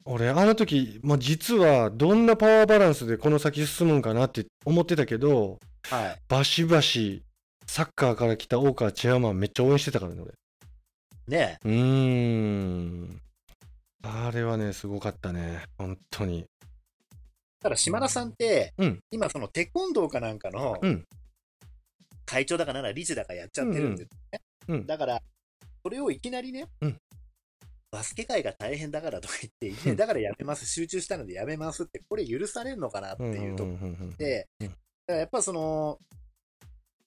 [SPEAKER 2] 俺、あの時、まあ、実は、どんなパワーバランスでこの先進むんかなって思ってたけど、
[SPEAKER 3] はい。
[SPEAKER 2] バシバシ、サッカーから来た大川チェアマンめっちゃ応援してたからね、俺。
[SPEAKER 3] ね
[SPEAKER 2] うーん。あれはね、すごかったね。本当に。
[SPEAKER 3] ただ、島田さんって、
[SPEAKER 2] うん
[SPEAKER 3] 今、そのテコンドーかなんかの
[SPEAKER 2] うん
[SPEAKER 3] 会長だかなら理事だかやっちゃってるんですね。
[SPEAKER 2] うんうん
[SPEAKER 3] だから、それをいきなりね、
[SPEAKER 2] うん
[SPEAKER 3] バスケ界が大変だからとか言っていきなり、だからやめます、集中したのでやめますって、これ許されるのかなっていうとこ
[SPEAKER 2] うんうんうんうん
[SPEAKER 3] で、
[SPEAKER 2] うん
[SPEAKER 3] だからやっぱその、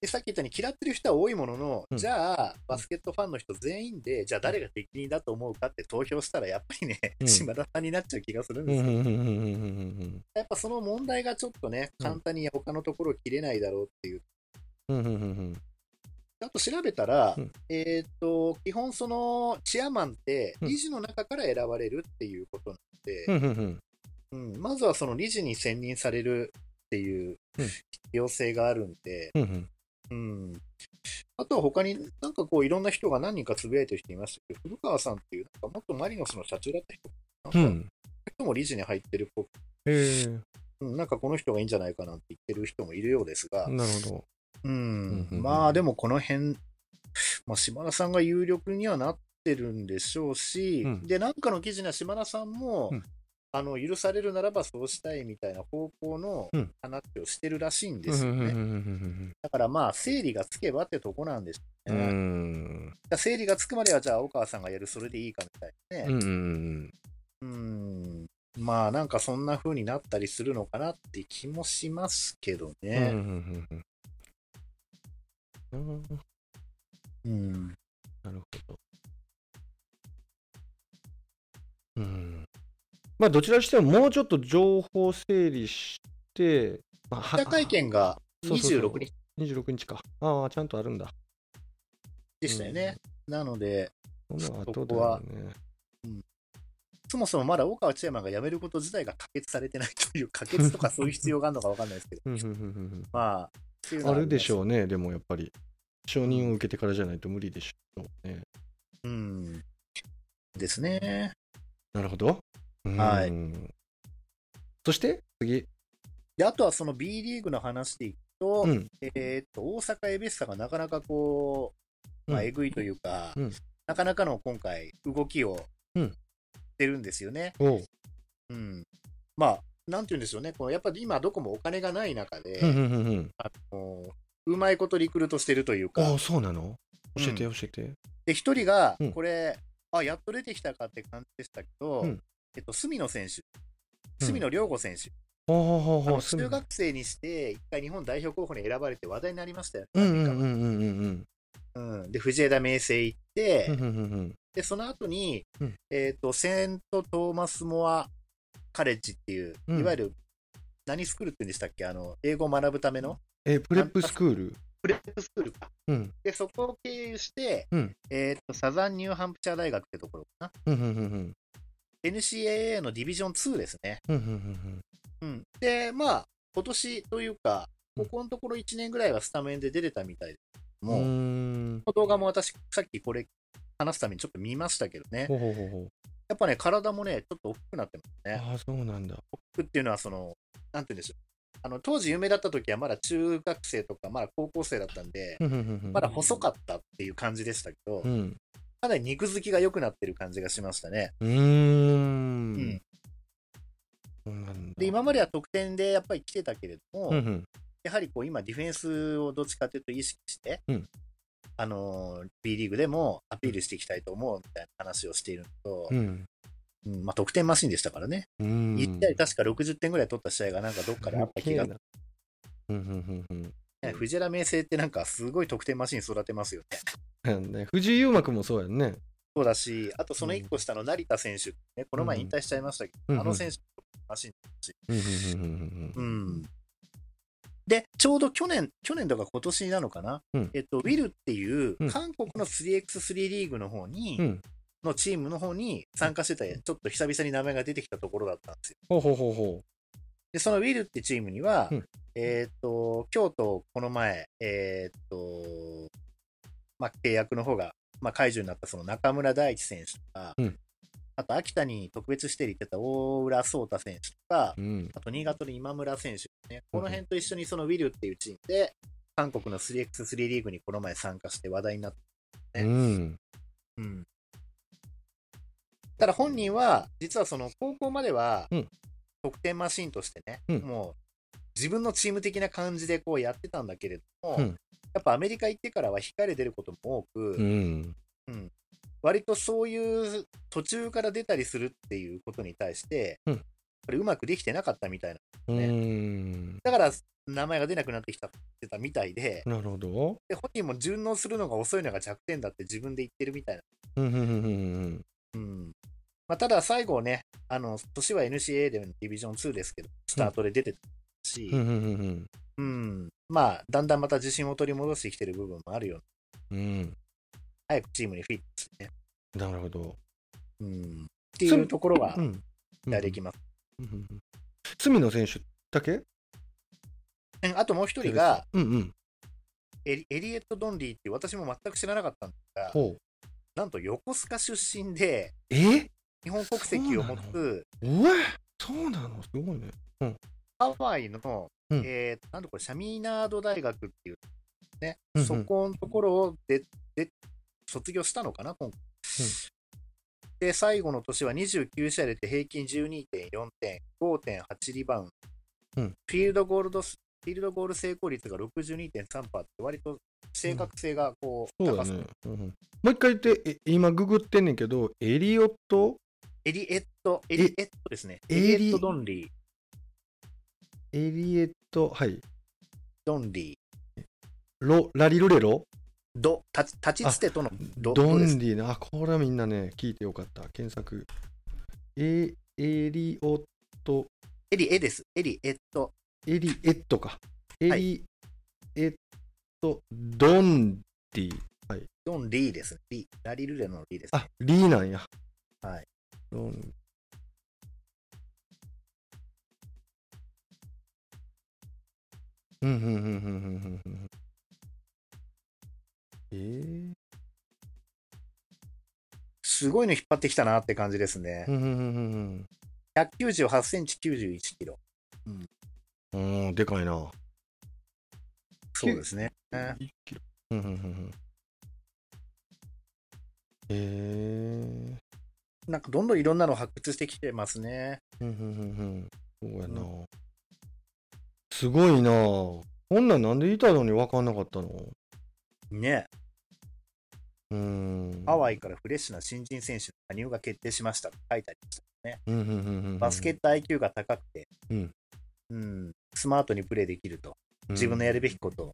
[SPEAKER 3] でさっき言ったように嫌ってる人は多いものの、
[SPEAKER 2] うん
[SPEAKER 3] じゃあ、バスケットファンの人全員で、じゃあ誰が適任だと思うかって投票したら、やっぱりね、
[SPEAKER 2] うん
[SPEAKER 3] 島田さんになっちゃう気がするん
[SPEAKER 2] う
[SPEAKER 3] です
[SPEAKER 2] んう
[SPEAKER 3] よ。
[SPEAKER 2] んうんうんうんうん
[SPEAKER 3] やっぱその問題がちょっとね、
[SPEAKER 2] うん
[SPEAKER 3] 簡単に他のところ切れないだろうっていう。
[SPEAKER 2] うんうんうんうん
[SPEAKER 3] あと調べたら、
[SPEAKER 2] うん
[SPEAKER 3] えーっと、基本その、チェアマンって、
[SPEAKER 2] うん
[SPEAKER 3] 理事の中から選ばれるっていうことなので、
[SPEAKER 2] うんうんうん
[SPEAKER 3] うんまずはその理事に選任されるっていう
[SPEAKER 2] うん
[SPEAKER 3] 必要性があるんで、
[SPEAKER 2] うんうん
[SPEAKER 3] うんあとは他になんかこういろんな人が何人かつぶやいてる人いましたけど、古川さんっていう、なんか元マリノスの社長だった人、
[SPEAKER 2] う
[SPEAKER 3] なんか
[SPEAKER 2] ん
[SPEAKER 3] 人も理事に入ってるっぽく、
[SPEAKER 2] へえ
[SPEAKER 3] うん、なんかこの人がいいんじゃないかなんて言ってる人もいるようですが、
[SPEAKER 2] なるほど
[SPEAKER 3] うん
[SPEAKER 2] んうんうん
[SPEAKER 3] まあでもこの辺、まあ、島田さんが有力にはなってるんでしょうし、
[SPEAKER 2] うん
[SPEAKER 3] で、なんかの記事には島田さんも、
[SPEAKER 2] うん
[SPEAKER 3] あの許されるならばそうしたいみたいな方向の
[SPEAKER 2] うん
[SPEAKER 3] 話をしてるらしいんで
[SPEAKER 2] うん
[SPEAKER 3] す
[SPEAKER 2] う
[SPEAKER 3] よ
[SPEAKER 2] ん
[SPEAKER 3] ね。
[SPEAKER 2] うんうん
[SPEAKER 3] だからまあ、整理がつけばってとこなんでしょ
[SPEAKER 2] う
[SPEAKER 3] うね。
[SPEAKER 2] ん
[SPEAKER 3] じゃあ整理がつくまでは、じゃあ、青川さんがやる、それでいいかみたいな
[SPEAKER 2] うんう
[SPEAKER 3] ね。
[SPEAKER 2] んうん
[SPEAKER 3] うーん、まあ、なんかそんな風になったりするのかなって気もしますけど
[SPEAKER 2] うんうんう
[SPEAKER 3] ね。
[SPEAKER 2] んうんうん
[SPEAKER 3] うん。
[SPEAKER 2] なるほど。うん。まあ、どちらにしても、もうちょっと情報整理して、まあ、
[SPEAKER 3] 記者会見が
[SPEAKER 2] そうそうそう
[SPEAKER 3] 26日
[SPEAKER 2] 26日か。ああ、ちゃんとあるんだ。
[SPEAKER 3] でしたよね。なので、
[SPEAKER 2] そんなのはど
[SPEAKER 3] そう
[SPEAKER 2] だ
[SPEAKER 3] こは
[SPEAKER 2] ろうね。
[SPEAKER 3] そもそもまだ大川千山が辞めること自体が可決されてないという、可決とかそういう必要があるのかわかんないですけど、
[SPEAKER 2] うんうんうん
[SPEAKER 3] まあっていううんの
[SPEAKER 2] あ
[SPEAKER 3] は
[SPEAKER 2] るでし
[SPEAKER 3] う。
[SPEAKER 2] ょうね、でもやっぱり。承認を受けてからじゃないと無理でしょうね。
[SPEAKER 3] うん。ですね。
[SPEAKER 2] なるほど。うん
[SPEAKER 3] はい。
[SPEAKER 2] そして、次。
[SPEAKER 3] で、あとはその B リーグの話でいくと、
[SPEAKER 2] うん。
[SPEAKER 3] えーっと、大阪エベッサがなかなかこう、まあ、
[SPEAKER 2] うん
[SPEAKER 3] えぐいというか、
[SPEAKER 2] うん
[SPEAKER 3] なかなかの今回、動きを
[SPEAKER 2] うん
[SPEAKER 3] してるんですよね。
[SPEAKER 2] おう。
[SPEAKER 3] うん。まあ、なんて言うんでしょうね。こうやっぱり今、どこもお金がない中で、
[SPEAKER 2] うんうんうんうん。
[SPEAKER 3] もううまいことリクルートしてるというか、
[SPEAKER 2] ああ、そうなの教えて、
[SPEAKER 3] う
[SPEAKER 2] 教えて。
[SPEAKER 3] で、一人が
[SPEAKER 2] うん、
[SPEAKER 3] これ、あ、やっと出てきたかって感じでしたけど、
[SPEAKER 2] うん
[SPEAKER 3] えっと、隅野選手、
[SPEAKER 2] うん
[SPEAKER 3] 隅野良吾選手、
[SPEAKER 2] ほうほうほう
[SPEAKER 3] あ
[SPEAKER 2] ほ
[SPEAKER 3] の
[SPEAKER 2] う。すぐ
[SPEAKER 3] 中学生にして、一回日本代表候補に選ばれて話題になりましたよね。
[SPEAKER 2] うんうん
[SPEAKER 3] 何
[SPEAKER 2] うん
[SPEAKER 3] 年
[SPEAKER 2] うんうんうん。
[SPEAKER 3] かうんで、藤枝明誠行って、
[SPEAKER 2] うんうんうんうん
[SPEAKER 3] で、その後に、
[SPEAKER 2] うん
[SPEAKER 3] えっ、と、セント・トーマス・モア・カレッジっていう、
[SPEAKER 2] うん
[SPEAKER 3] いわゆる、何スクールって言うんでしたっけあの、英語を学ぶための
[SPEAKER 2] え、プレップスクール。
[SPEAKER 3] プレップスクールか。
[SPEAKER 2] うん。
[SPEAKER 3] で、そこを経由して、
[SPEAKER 2] うん
[SPEAKER 3] えっ、と、サザン・ニューハンプシャー大学ってところか
[SPEAKER 2] う
[SPEAKER 3] な。
[SPEAKER 2] んうんうん。
[SPEAKER 3] NCAA のディビジョン2ですね。
[SPEAKER 2] うんうんうん
[SPEAKER 3] うん、で、まあ、今年というか、
[SPEAKER 2] うん
[SPEAKER 3] ここのところ1年ぐらいはスタメンで出てたみたいですけ
[SPEAKER 2] うん。
[SPEAKER 3] ども、
[SPEAKER 2] うー
[SPEAKER 3] こ
[SPEAKER 2] ん。
[SPEAKER 3] の動画も私、さっきこれ話すためにちょっと見ましたけどね、
[SPEAKER 2] ほうほうほうほう。
[SPEAKER 3] やっぱね、体もね、ちょっと大きくなってます。
[SPEAKER 2] ああ、そうなんだ。
[SPEAKER 3] 大きくっていうのは、その、なんて言うんでしょう。あの、当時有名だった時はまだ中学生とか、まだ高校生だったんで、
[SPEAKER 2] うんうんうんうん
[SPEAKER 3] まだ細かったっていう感じでしたけど
[SPEAKER 2] う、ん。
[SPEAKER 3] かなり肉付きが良くなってる感じがしましたね。
[SPEAKER 2] うーん。
[SPEAKER 3] うん
[SPEAKER 2] そうなんだ。
[SPEAKER 3] で、今までは得点でやっぱり来てたけれども、
[SPEAKER 2] うんうん。
[SPEAKER 3] やはりこう今、ディフェンスをどっちかというと意識して、
[SPEAKER 2] うん
[SPEAKER 3] あのー B リーグでもアピールしていきたいと思うみたいな話をしているのと
[SPEAKER 2] う、ん。
[SPEAKER 3] うんまあ、得点マシンでしたからね、
[SPEAKER 2] うん。
[SPEAKER 3] 一体確か60点ぐらい取った試合がなんかどっかであった気が
[SPEAKER 2] す、る。うんうんうん
[SPEAKER 3] ね、藤原明誠ってなんかすごい得点マシン育てますよね。
[SPEAKER 2] うん。ね藤井優真君もそうやんね。
[SPEAKER 3] そうだし、あとその一個下の成田選手、ね、この前引退しちゃいましたけど、
[SPEAKER 2] うん
[SPEAKER 3] あの選手、マシン、
[SPEAKER 2] うんうんうん
[SPEAKER 3] うんで、ちょうど去年、去年とか今年なのかな、
[SPEAKER 2] うん
[SPEAKER 3] えっと、ウィルっていう
[SPEAKER 2] うん
[SPEAKER 3] 韓国の 3x3 リーグの方に、
[SPEAKER 2] うん。うん。
[SPEAKER 3] のチームの方に参加してた、ちょっと久々に名前が出てきたところだったんですよ。
[SPEAKER 2] ほうほうほうほ
[SPEAKER 3] で、そのウィルってチームには、
[SPEAKER 2] うん
[SPEAKER 3] えーっと、京都、この前、えーっと、まあ、契約の方が、まあ、解除になったその中村大地選手とか、
[SPEAKER 2] うん
[SPEAKER 3] あと秋田に特別指定で行ってた大浦颯太選手とか、
[SPEAKER 2] う。うん。
[SPEAKER 3] あと新潟の今村選手ね、
[SPEAKER 2] うん
[SPEAKER 3] この辺と一緒にそのウィルっていうチームで、韓国の 3x3 リーグにこの前参加して話題になった
[SPEAKER 2] うん。
[SPEAKER 3] うんただ本人は、実はその高校までは
[SPEAKER 2] うん、
[SPEAKER 3] 得点マシンとしてね、
[SPEAKER 2] うん
[SPEAKER 3] もう自分のチーム的な感じでこうやってたんだけれども、
[SPEAKER 2] うん
[SPEAKER 3] やっぱアメリカ行ってからは控えで出ることも多く、
[SPEAKER 2] うん。
[SPEAKER 3] 割とそういう途中から出たりするっていうことに対して、
[SPEAKER 2] うん
[SPEAKER 3] やっぱりうまくできてなかったみたいな。
[SPEAKER 2] うん。
[SPEAKER 3] だから名前が出なくなってきたってたみたいで
[SPEAKER 2] なるほど。
[SPEAKER 3] で、本人も順応するのが遅いのが弱点だって自分で言ってるみたいな。
[SPEAKER 2] うんうんうんうん
[SPEAKER 3] うんまあ、ただ最後ね、あの年は NCA でのディビジョン2ですけど、スタートで出てたし、
[SPEAKER 2] うんうんうんうん
[SPEAKER 3] うん、まあ、だんだんまた自信を取り戻してきてる部分もあるよ。
[SPEAKER 2] うんうん。
[SPEAKER 3] 早くチームにフィットしてね。
[SPEAKER 2] なるほど。
[SPEAKER 3] うん、っていうところは
[SPEAKER 2] う、ん。
[SPEAKER 3] 期待できます。
[SPEAKER 2] うんうんうん隅野選手だけ
[SPEAKER 3] うんあともう一人が
[SPEAKER 2] うんうん。
[SPEAKER 3] エリ、エリエット・ドンリーっていう私も全く知らなかったんですが、
[SPEAKER 2] ほう。
[SPEAKER 3] なんと横須賀出身で、
[SPEAKER 2] え
[SPEAKER 3] 日本国籍を持
[SPEAKER 2] そう
[SPEAKER 3] つ
[SPEAKER 2] うわそうなのすごいね。
[SPEAKER 3] ハワイの、
[SPEAKER 2] うん
[SPEAKER 3] えー、なんだこれ、シャミーナード大学っていう、ね、
[SPEAKER 2] うんうん
[SPEAKER 3] そこのところをでで卒業したのかな、今回。で、最後の年は29試合出て平均12.4点、5.8リバウンド、
[SPEAKER 2] うん
[SPEAKER 3] フィールドゴールドス、フィールドゴール成功率が62.3%って、割と正確性がこう、
[SPEAKER 2] そうだ
[SPEAKER 3] 高さ
[SPEAKER 2] ね。うんうんもう一回言って、え今ググってんねんけど、エリオット、
[SPEAKER 3] エリエット、エリエットですね。
[SPEAKER 2] エリ
[SPEAKER 3] エリエット・ドンリー、
[SPEAKER 2] エリエット、はい。
[SPEAKER 3] ドンリー、
[SPEAKER 2] ロ、ラリルレロ
[SPEAKER 3] ド、立ち立ちつてとのド
[SPEAKER 2] ド
[SPEAKER 3] ドです
[SPEAKER 2] ンディな。あ、これはみんなね、聞いてよかった。検索。エ、エリオット、
[SPEAKER 3] エリエです。エリエット。
[SPEAKER 2] エリエットか。エ
[SPEAKER 3] は
[SPEAKER 2] リエット、ドンディ。
[SPEAKER 3] ドン・リーですね。リー。ラリルレのリーです、ね
[SPEAKER 2] あ。、リーなんや。
[SPEAKER 3] はい。
[SPEAKER 2] ドン。うんうんうんうんうんうんうん。えー
[SPEAKER 3] すごいの引っ張ってきたなって感じですね
[SPEAKER 2] う。んうんうん
[SPEAKER 3] 198センチ91キロ。
[SPEAKER 2] うん。うん、でかいな。
[SPEAKER 3] そうですね。ね
[SPEAKER 2] 1キロ。うんうんうんうん。え
[SPEAKER 3] なんかどんどんいろんなの発掘してきてますね。
[SPEAKER 2] ー。うんうんうんうん。そうやな。すごいな。こんなんなんでいたのに分かんなかったの
[SPEAKER 3] ね
[SPEAKER 2] うん。
[SPEAKER 3] ハワイからフレッシュな新人選手の加入が決定しましたって書いてありました。
[SPEAKER 2] うんうんうんうんうん。
[SPEAKER 3] バスケット IQ が高くて、
[SPEAKER 2] うん
[SPEAKER 3] うんスマートにプレーできると。自分のやるべきことを。うん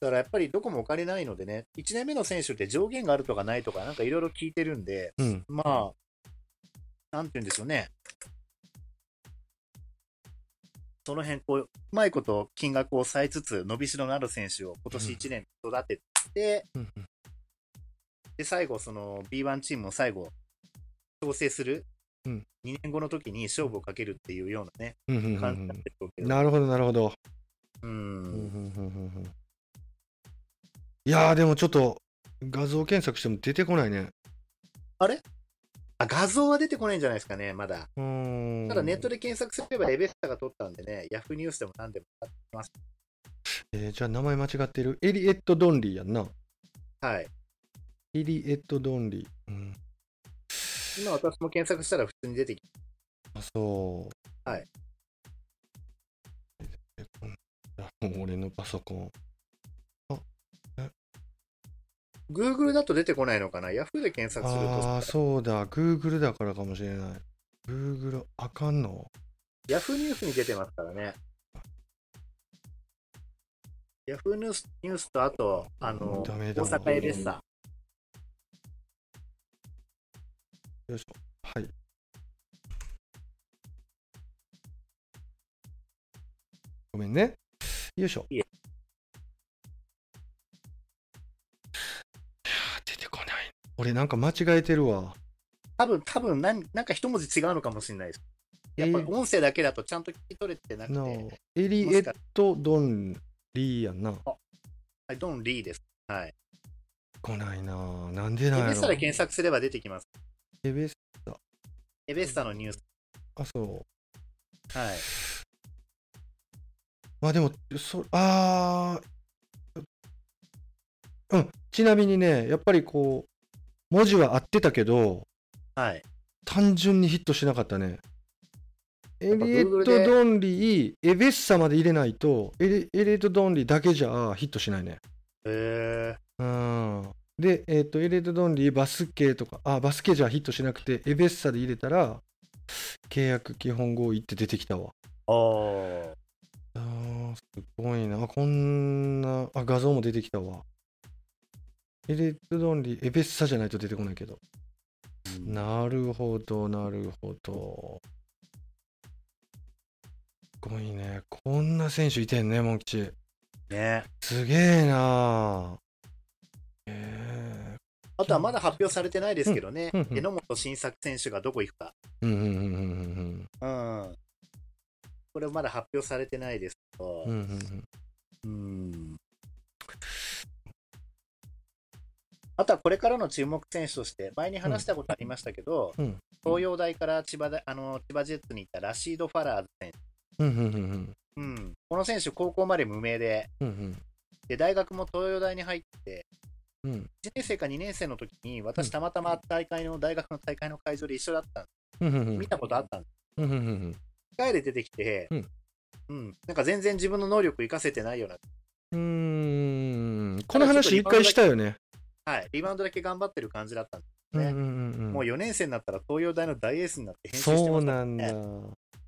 [SPEAKER 3] だからやっぱりどこもお金ないのでね、1年目の選手って上限があるとかないとか、なんかいろいろ聞いてるんで、
[SPEAKER 2] うん。
[SPEAKER 3] まあ、なんて言うんでしょうね。その辺、こう、うまいこと金額を抑えつつ、伸びしろのある選手を今年1年育てて、
[SPEAKER 2] うん
[SPEAKER 3] で、最後、その B1 チームを最後、調整する、
[SPEAKER 2] うん
[SPEAKER 3] 2年後の時に勝負をかけるっていうようなね、
[SPEAKER 2] うんうんうん
[SPEAKER 3] 感じにな
[SPEAKER 2] う
[SPEAKER 3] っ
[SPEAKER 2] ん
[SPEAKER 3] てると思うけど
[SPEAKER 2] なるほどなるほど。
[SPEAKER 3] う
[SPEAKER 2] うんうんう
[SPEAKER 3] ん。
[SPEAKER 2] んうんうんいやーでもちょっと画像検索しても出てこないね。
[SPEAKER 3] あ、画像は出てこないんじゃないですかね、まだ。
[SPEAKER 2] うーん
[SPEAKER 3] ただ、ネットで検索すれば、エベッサが取ったんでね、ヤフーニュースでも何でもあってます。
[SPEAKER 2] えーじゃあ名前間違ってる。エリエット・ドンリーやんな。
[SPEAKER 3] はい。
[SPEAKER 2] エリエット・ドンリー。うん、
[SPEAKER 3] 今、私も検索したら普通に出てき
[SPEAKER 2] あ、そう。
[SPEAKER 3] はい
[SPEAKER 2] 出てこん。あもう俺のパソコン。
[SPEAKER 3] Google だと出てこないのかな ?Yahoo で検索する
[SPEAKER 2] ああー、
[SPEAKER 3] と、
[SPEAKER 2] そうだ。Google だからかもしれない。Google あかんの
[SPEAKER 3] Yahoo ニュースに出てますからね。Yahoo ニュースニュースと、あと、あの、
[SPEAKER 2] ダメ
[SPEAKER 3] 大
[SPEAKER 2] だ
[SPEAKER 3] 阪エレッサ。
[SPEAKER 2] よいしょ。はい。ごめんね。よいしょ。
[SPEAKER 3] いえ
[SPEAKER 2] いやー出てこない。俺なんか間違えてるわ。
[SPEAKER 3] 多分、多分なん、なんか一文字違うのかもしれないです。やっぱり音声だけだとちゃんと聞き取れてなくて、
[SPEAKER 2] のエリエット・ドン・リーやんな。
[SPEAKER 3] はいドン・リーです。はい。
[SPEAKER 2] 来ないなぁ。なんで
[SPEAKER 3] エベ
[SPEAKER 2] なんや
[SPEAKER 3] ッサ
[SPEAKER 2] ろ
[SPEAKER 3] で検索すれば出てきます。
[SPEAKER 2] エベス
[SPEAKER 3] エベッサのニュース。
[SPEAKER 2] あ、そう。
[SPEAKER 3] はい。
[SPEAKER 2] まあでも、そあーうん。ちなみにね、やっぱりこう、文字は合ってたけど、
[SPEAKER 3] はい。
[SPEAKER 2] 単純にヒットしなかったね。エ
[SPEAKER 3] っぱ
[SPEAKER 2] リエッ
[SPEAKER 3] Google
[SPEAKER 2] ト・
[SPEAKER 3] で
[SPEAKER 2] ドンリー、エベッサまで入れないと、エリエリエット・ドンリーだけじゃヒットしないね。
[SPEAKER 3] え
[SPEAKER 2] うん。で、えっ、と、エリエット・ドンリー、バスケとか、あ、バスケじゃヒットしなくて、エベッサで入れたら、契約基本合意って出てきたわ。
[SPEAKER 3] ー、ああ。
[SPEAKER 2] あーすごいな。あこんな、あ、画像も出てきたわ。エリエット・ドンリー、エベッサじゃないと出てこないけど。
[SPEAKER 3] うん
[SPEAKER 2] なるほど、なるほど。すごいね。こんな選手いてんね、モン吉。
[SPEAKER 3] ね
[SPEAKER 2] すげえなえ
[SPEAKER 3] あとはまだ発表されてないですけどね、
[SPEAKER 2] うんうんうん
[SPEAKER 3] 榎本新作選手がどこ行くか、
[SPEAKER 2] えうんうんうんうん
[SPEAKER 3] うん、これまだ発表されてないですけど
[SPEAKER 2] うんうんう、んうん
[SPEAKER 3] うん、あとはこれからの注目選手として、前に話したことありましたけど、
[SPEAKER 2] うん
[SPEAKER 3] 東洋大から千葉大あの千葉ジェッツに行ったラシード・ファラーズ選手、
[SPEAKER 2] うんうんうんうん
[SPEAKER 3] うん、この選手、高校まで無名で
[SPEAKER 2] うんうん
[SPEAKER 3] で、大学も東洋大に入って、
[SPEAKER 2] うん
[SPEAKER 3] 1年生か2年生の時に、
[SPEAKER 2] う
[SPEAKER 3] 私、
[SPEAKER 2] ん
[SPEAKER 3] たまたま大会の大学の大会の会場で一緒だったんで
[SPEAKER 2] うんうんうん
[SPEAKER 3] 見たことあったんです。
[SPEAKER 2] うんうんうん
[SPEAKER 3] 1回で出てきて、
[SPEAKER 2] うん
[SPEAKER 3] うんなんか全然自分の能力活かせてないような、
[SPEAKER 2] うんうんこの話一回したよね。
[SPEAKER 3] はい、リバウンドだけ頑張ってる感じだったんで、
[SPEAKER 2] うん
[SPEAKER 3] リバ
[SPEAKER 2] う
[SPEAKER 3] ウンド
[SPEAKER 2] んうん
[SPEAKER 3] もう
[SPEAKER 2] うん
[SPEAKER 3] 4年生になったら東洋大の大エースになって変身して
[SPEAKER 2] そ
[SPEAKER 3] ま
[SPEAKER 2] う
[SPEAKER 3] す
[SPEAKER 2] なんだ。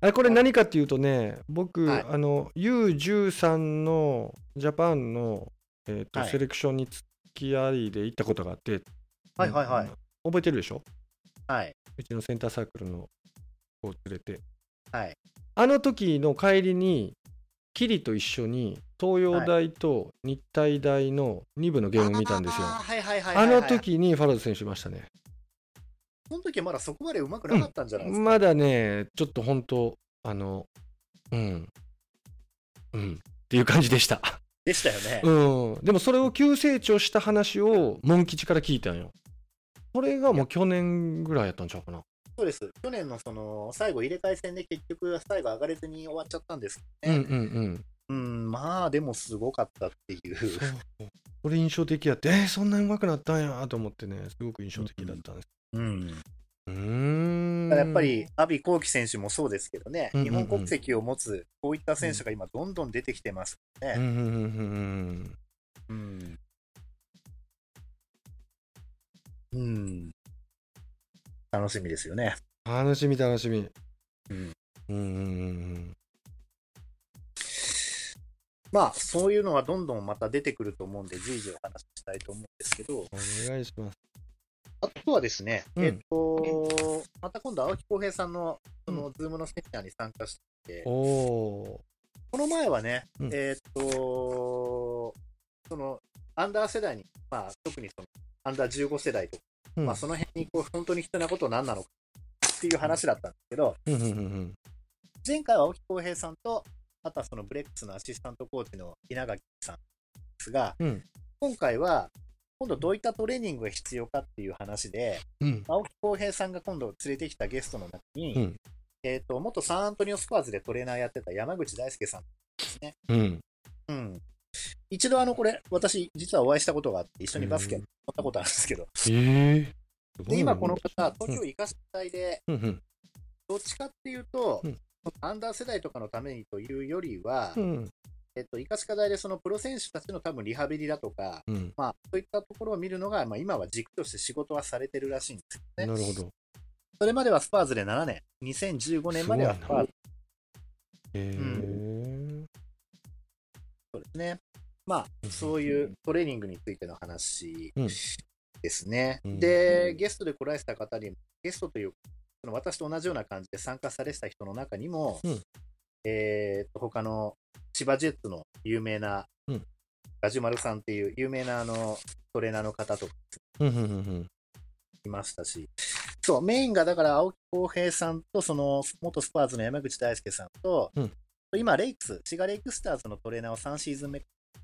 [SPEAKER 2] あれこれ何かっていうとね、僕、
[SPEAKER 3] はい
[SPEAKER 2] あの U13 のジャパンの、えーと
[SPEAKER 3] はい
[SPEAKER 2] セレクションに付き合いで行ったことがあって、
[SPEAKER 3] はいはいはい
[SPEAKER 2] うん覚えてるでしょ
[SPEAKER 3] はい。
[SPEAKER 2] うちのセンターサークルの子を連れて。
[SPEAKER 3] はい。
[SPEAKER 2] あの時の帰りに、キリと一緒に東洋大と日体大の2部のゲーム見たんですよ。
[SPEAKER 3] あーはいはいはいは
[SPEAKER 2] あ
[SPEAKER 3] いはい
[SPEAKER 2] の。時にファラーズ選手いましたね。
[SPEAKER 3] その時はまだそこまで上手くなかったんじゃないですか。
[SPEAKER 2] まだね、ちょっと本当、あの、うん、うん、っていう感じでした。
[SPEAKER 3] でしたよね。
[SPEAKER 2] うん、でもそれを急成長した話を、モン吉から聞いたんよ。それがもう去年ぐらいやったんちゃうかな。
[SPEAKER 3] そうです。去年のその最後入れ替え戦で結局最後上がれずに終わっちゃったんですけ
[SPEAKER 2] うん
[SPEAKER 3] ど
[SPEAKER 2] うん
[SPEAKER 3] ね。
[SPEAKER 2] うん。
[SPEAKER 3] うん、まあでもすごかったっ ていう。
[SPEAKER 2] そうそれ印象的やって、えーそんなに上手くなったんやと思ってね、すごく印象的だったんです。
[SPEAKER 3] うん。
[SPEAKER 2] うーん。
[SPEAKER 3] やっぱり、阿部幸輝選手もそうですけどね、
[SPEAKER 2] うんうんうん
[SPEAKER 3] 日本国籍を持つ、こういった選手が今、どんどん出てきてますね。
[SPEAKER 2] うんうんうんうん
[SPEAKER 3] うん。うん。楽しみですよね。
[SPEAKER 2] うん。楽しみ楽しみ。
[SPEAKER 3] うん。
[SPEAKER 2] うんうんうん
[SPEAKER 3] まあ、そういうのはどんどんまた出てくると思うんで、随時お話ししたいと思うんですけ
[SPEAKER 2] う
[SPEAKER 3] ど、
[SPEAKER 2] ん。お願いします。
[SPEAKER 3] あとはですね、
[SPEAKER 2] うん
[SPEAKER 3] えっと、また今度、青木浩平さんの、その
[SPEAKER 2] う、
[SPEAKER 3] ズームのセミナーに参加して、
[SPEAKER 2] おお
[SPEAKER 3] この前はね、
[SPEAKER 2] うん
[SPEAKER 3] えーっと、その、アンダー世代に、まあ、特にその、アンダー15世代とか、
[SPEAKER 2] ー。うん
[SPEAKER 3] まあ、その辺に、こう、本当に必要なことは何なのかっていう話だったんですけど、
[SPEAKER 2] うんうんうんうん。
[SPEAKER 3] 前回は青木浩平さんと、あとはそのブレックスのアシスタントコーチの稲垣さんですが、
[SPEAKER 2] うん
[SPEAKER 3] 今回は、今度どういったトレーニングが必要かっていう話で、
[SPEAKER 2] うん。
[SPEAKER 3] 青木浩平さんが今度連れてきたゲストの中に、
[SPEAKER 2] うん
[SPEAKER 3] えーっと、元サンアントニオスパーズでトレーナーやってた山口大輔さん
[SPEAKER 2] うん。
[SPEAKER 3] うん。一度あの、これ、私、実はお会いしたことがあって、一緒にバスケやったことあるんですけど、
[SPEAKER 2] ええ
[SPEAKER 3] で、今この方、東京医科大隊で、
[SPEAKER 2] うんうん
[SPEAKER 3] どっちかっていうと
[SPEAKER 2] うん、
[SPEAKER 3] アンダー世代とかのためにというよりは
[SPEAKER 2] う、ん
[SPEAKER 3] えっと、医科歯科大でそのプロ選手たちの多分リハビリだとか、
[SPEAKER 2] うん。
[SPEAKER 3] まあ、そういったところを見るのが、まあ、今は軸として仕事はされてるらしいんです
[SPEAKER 2] な
[SPEAKER 3] よね。
[SPEAKER 2] るほど。
[SPEAKER 3] それまではスパーズで7年、2015年まではスパーズ
[SPEAKER 2] ええ。
[SPEAKER 3] そうですね。まあ、そういうトレーニングについての話
[SPEAKER 2] うん
[SPEAKER 3] ですね。
[SPEAKER 2] うん
[SPEAKER 3] で、ゲストで来られてた方にも、ゲストというか、その私と同じような感じで参加されてた人の中にも、
[SPEAKER 2] うん
[SPEAKER 3] えーっと、他の千葉ジェッツの有名な、
[SPEAKER 2] うん
[SPEAKER 3] ガジュマルさんっていう有名なあのトレーナーの方とか
[SPEAKER 2] うんうんうん
[SPEAKER 3] いましたし、そう、メインがだから青木浩平さんと、その元スパーズの山口大輔さんと、
[SPEAKER 2] うん
[SPEAKER 3] 今、レイクス、滋賀レイクスターズのトレーナーを3シーズン目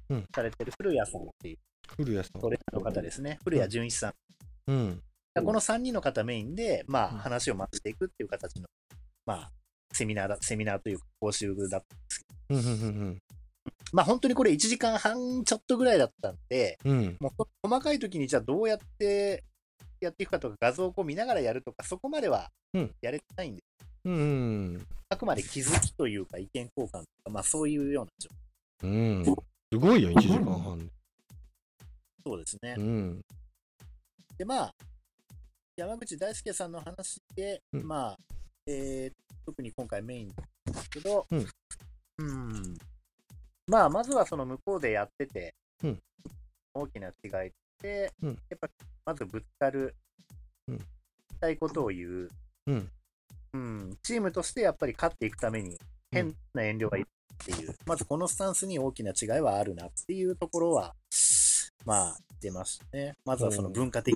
[SPEAKER 2] うん
[SPEAKER 3] されてる古谷さんっていう
[SPEAKER 2] 古谷さん
[SPEAKER 3] ト。レーナーの方ですね、古谷純一さん。
[SPEAKER 2] うん。
[SPEAKER 3] この3人の方メインで、まあ、
[SPEAKER 2] うん
[SPEAKER 3] 話を回していくっていう形の、まあ、セミナーだ、セミナーというか、講習だった。
[SPEAKER 2] うんうん
[SPEAKER 3] まあ、本当にこれ1時間半ちょっとぐらいだったんで、
[SPEAKER 2] うんうん。
[SPEAKER 3] もう細かい時にじゃあどうやってやっていくかとか、画像をこう見ながらやるとか、そこまでは
[SPEAKER 2] うん
[SPEAKER 3] やれてないんで、
[SPEAKER 2] うん。
[SPEAKER 3] あくまで気づきというか、意見交換とか、まあそういうような
[SPEAKER 2] う
[SPEAKER 3] 状
[SPEAKER 2] ん。すごいよ、1時間半。
[SPEAKER 3] 況。そうですね
[SPEAKER 2] う。ん。
[SPEAKER 3] で、まあ、山口大輔さんの話で、
[SPEAKER 2] うん
[SPEAKER 3] まあ、えー特に今回メインなんですけど、
[SPEAKER 2] うん
[SPEAKER 3] うんまあ、まずはその向こうでやってて、
[SPEAKER 2] うん
[SPEAKER 3] 大きな違いって、
[SPEAKER 2] うん
[SPEAKER 3] やっぱまずぶつかる、
[SPEAKER 2] うん
[SPEAKER 3] 言いたいことを言う、
[SPEAKER 2] うん
[SPEAKER 3] うんチームとしてやっぱり勝っていくために、変な遠慮がいるっていう、まずこのスタンスに大きな違いはあるなっていうところは、まあ、出ましたね。まずはその文化的。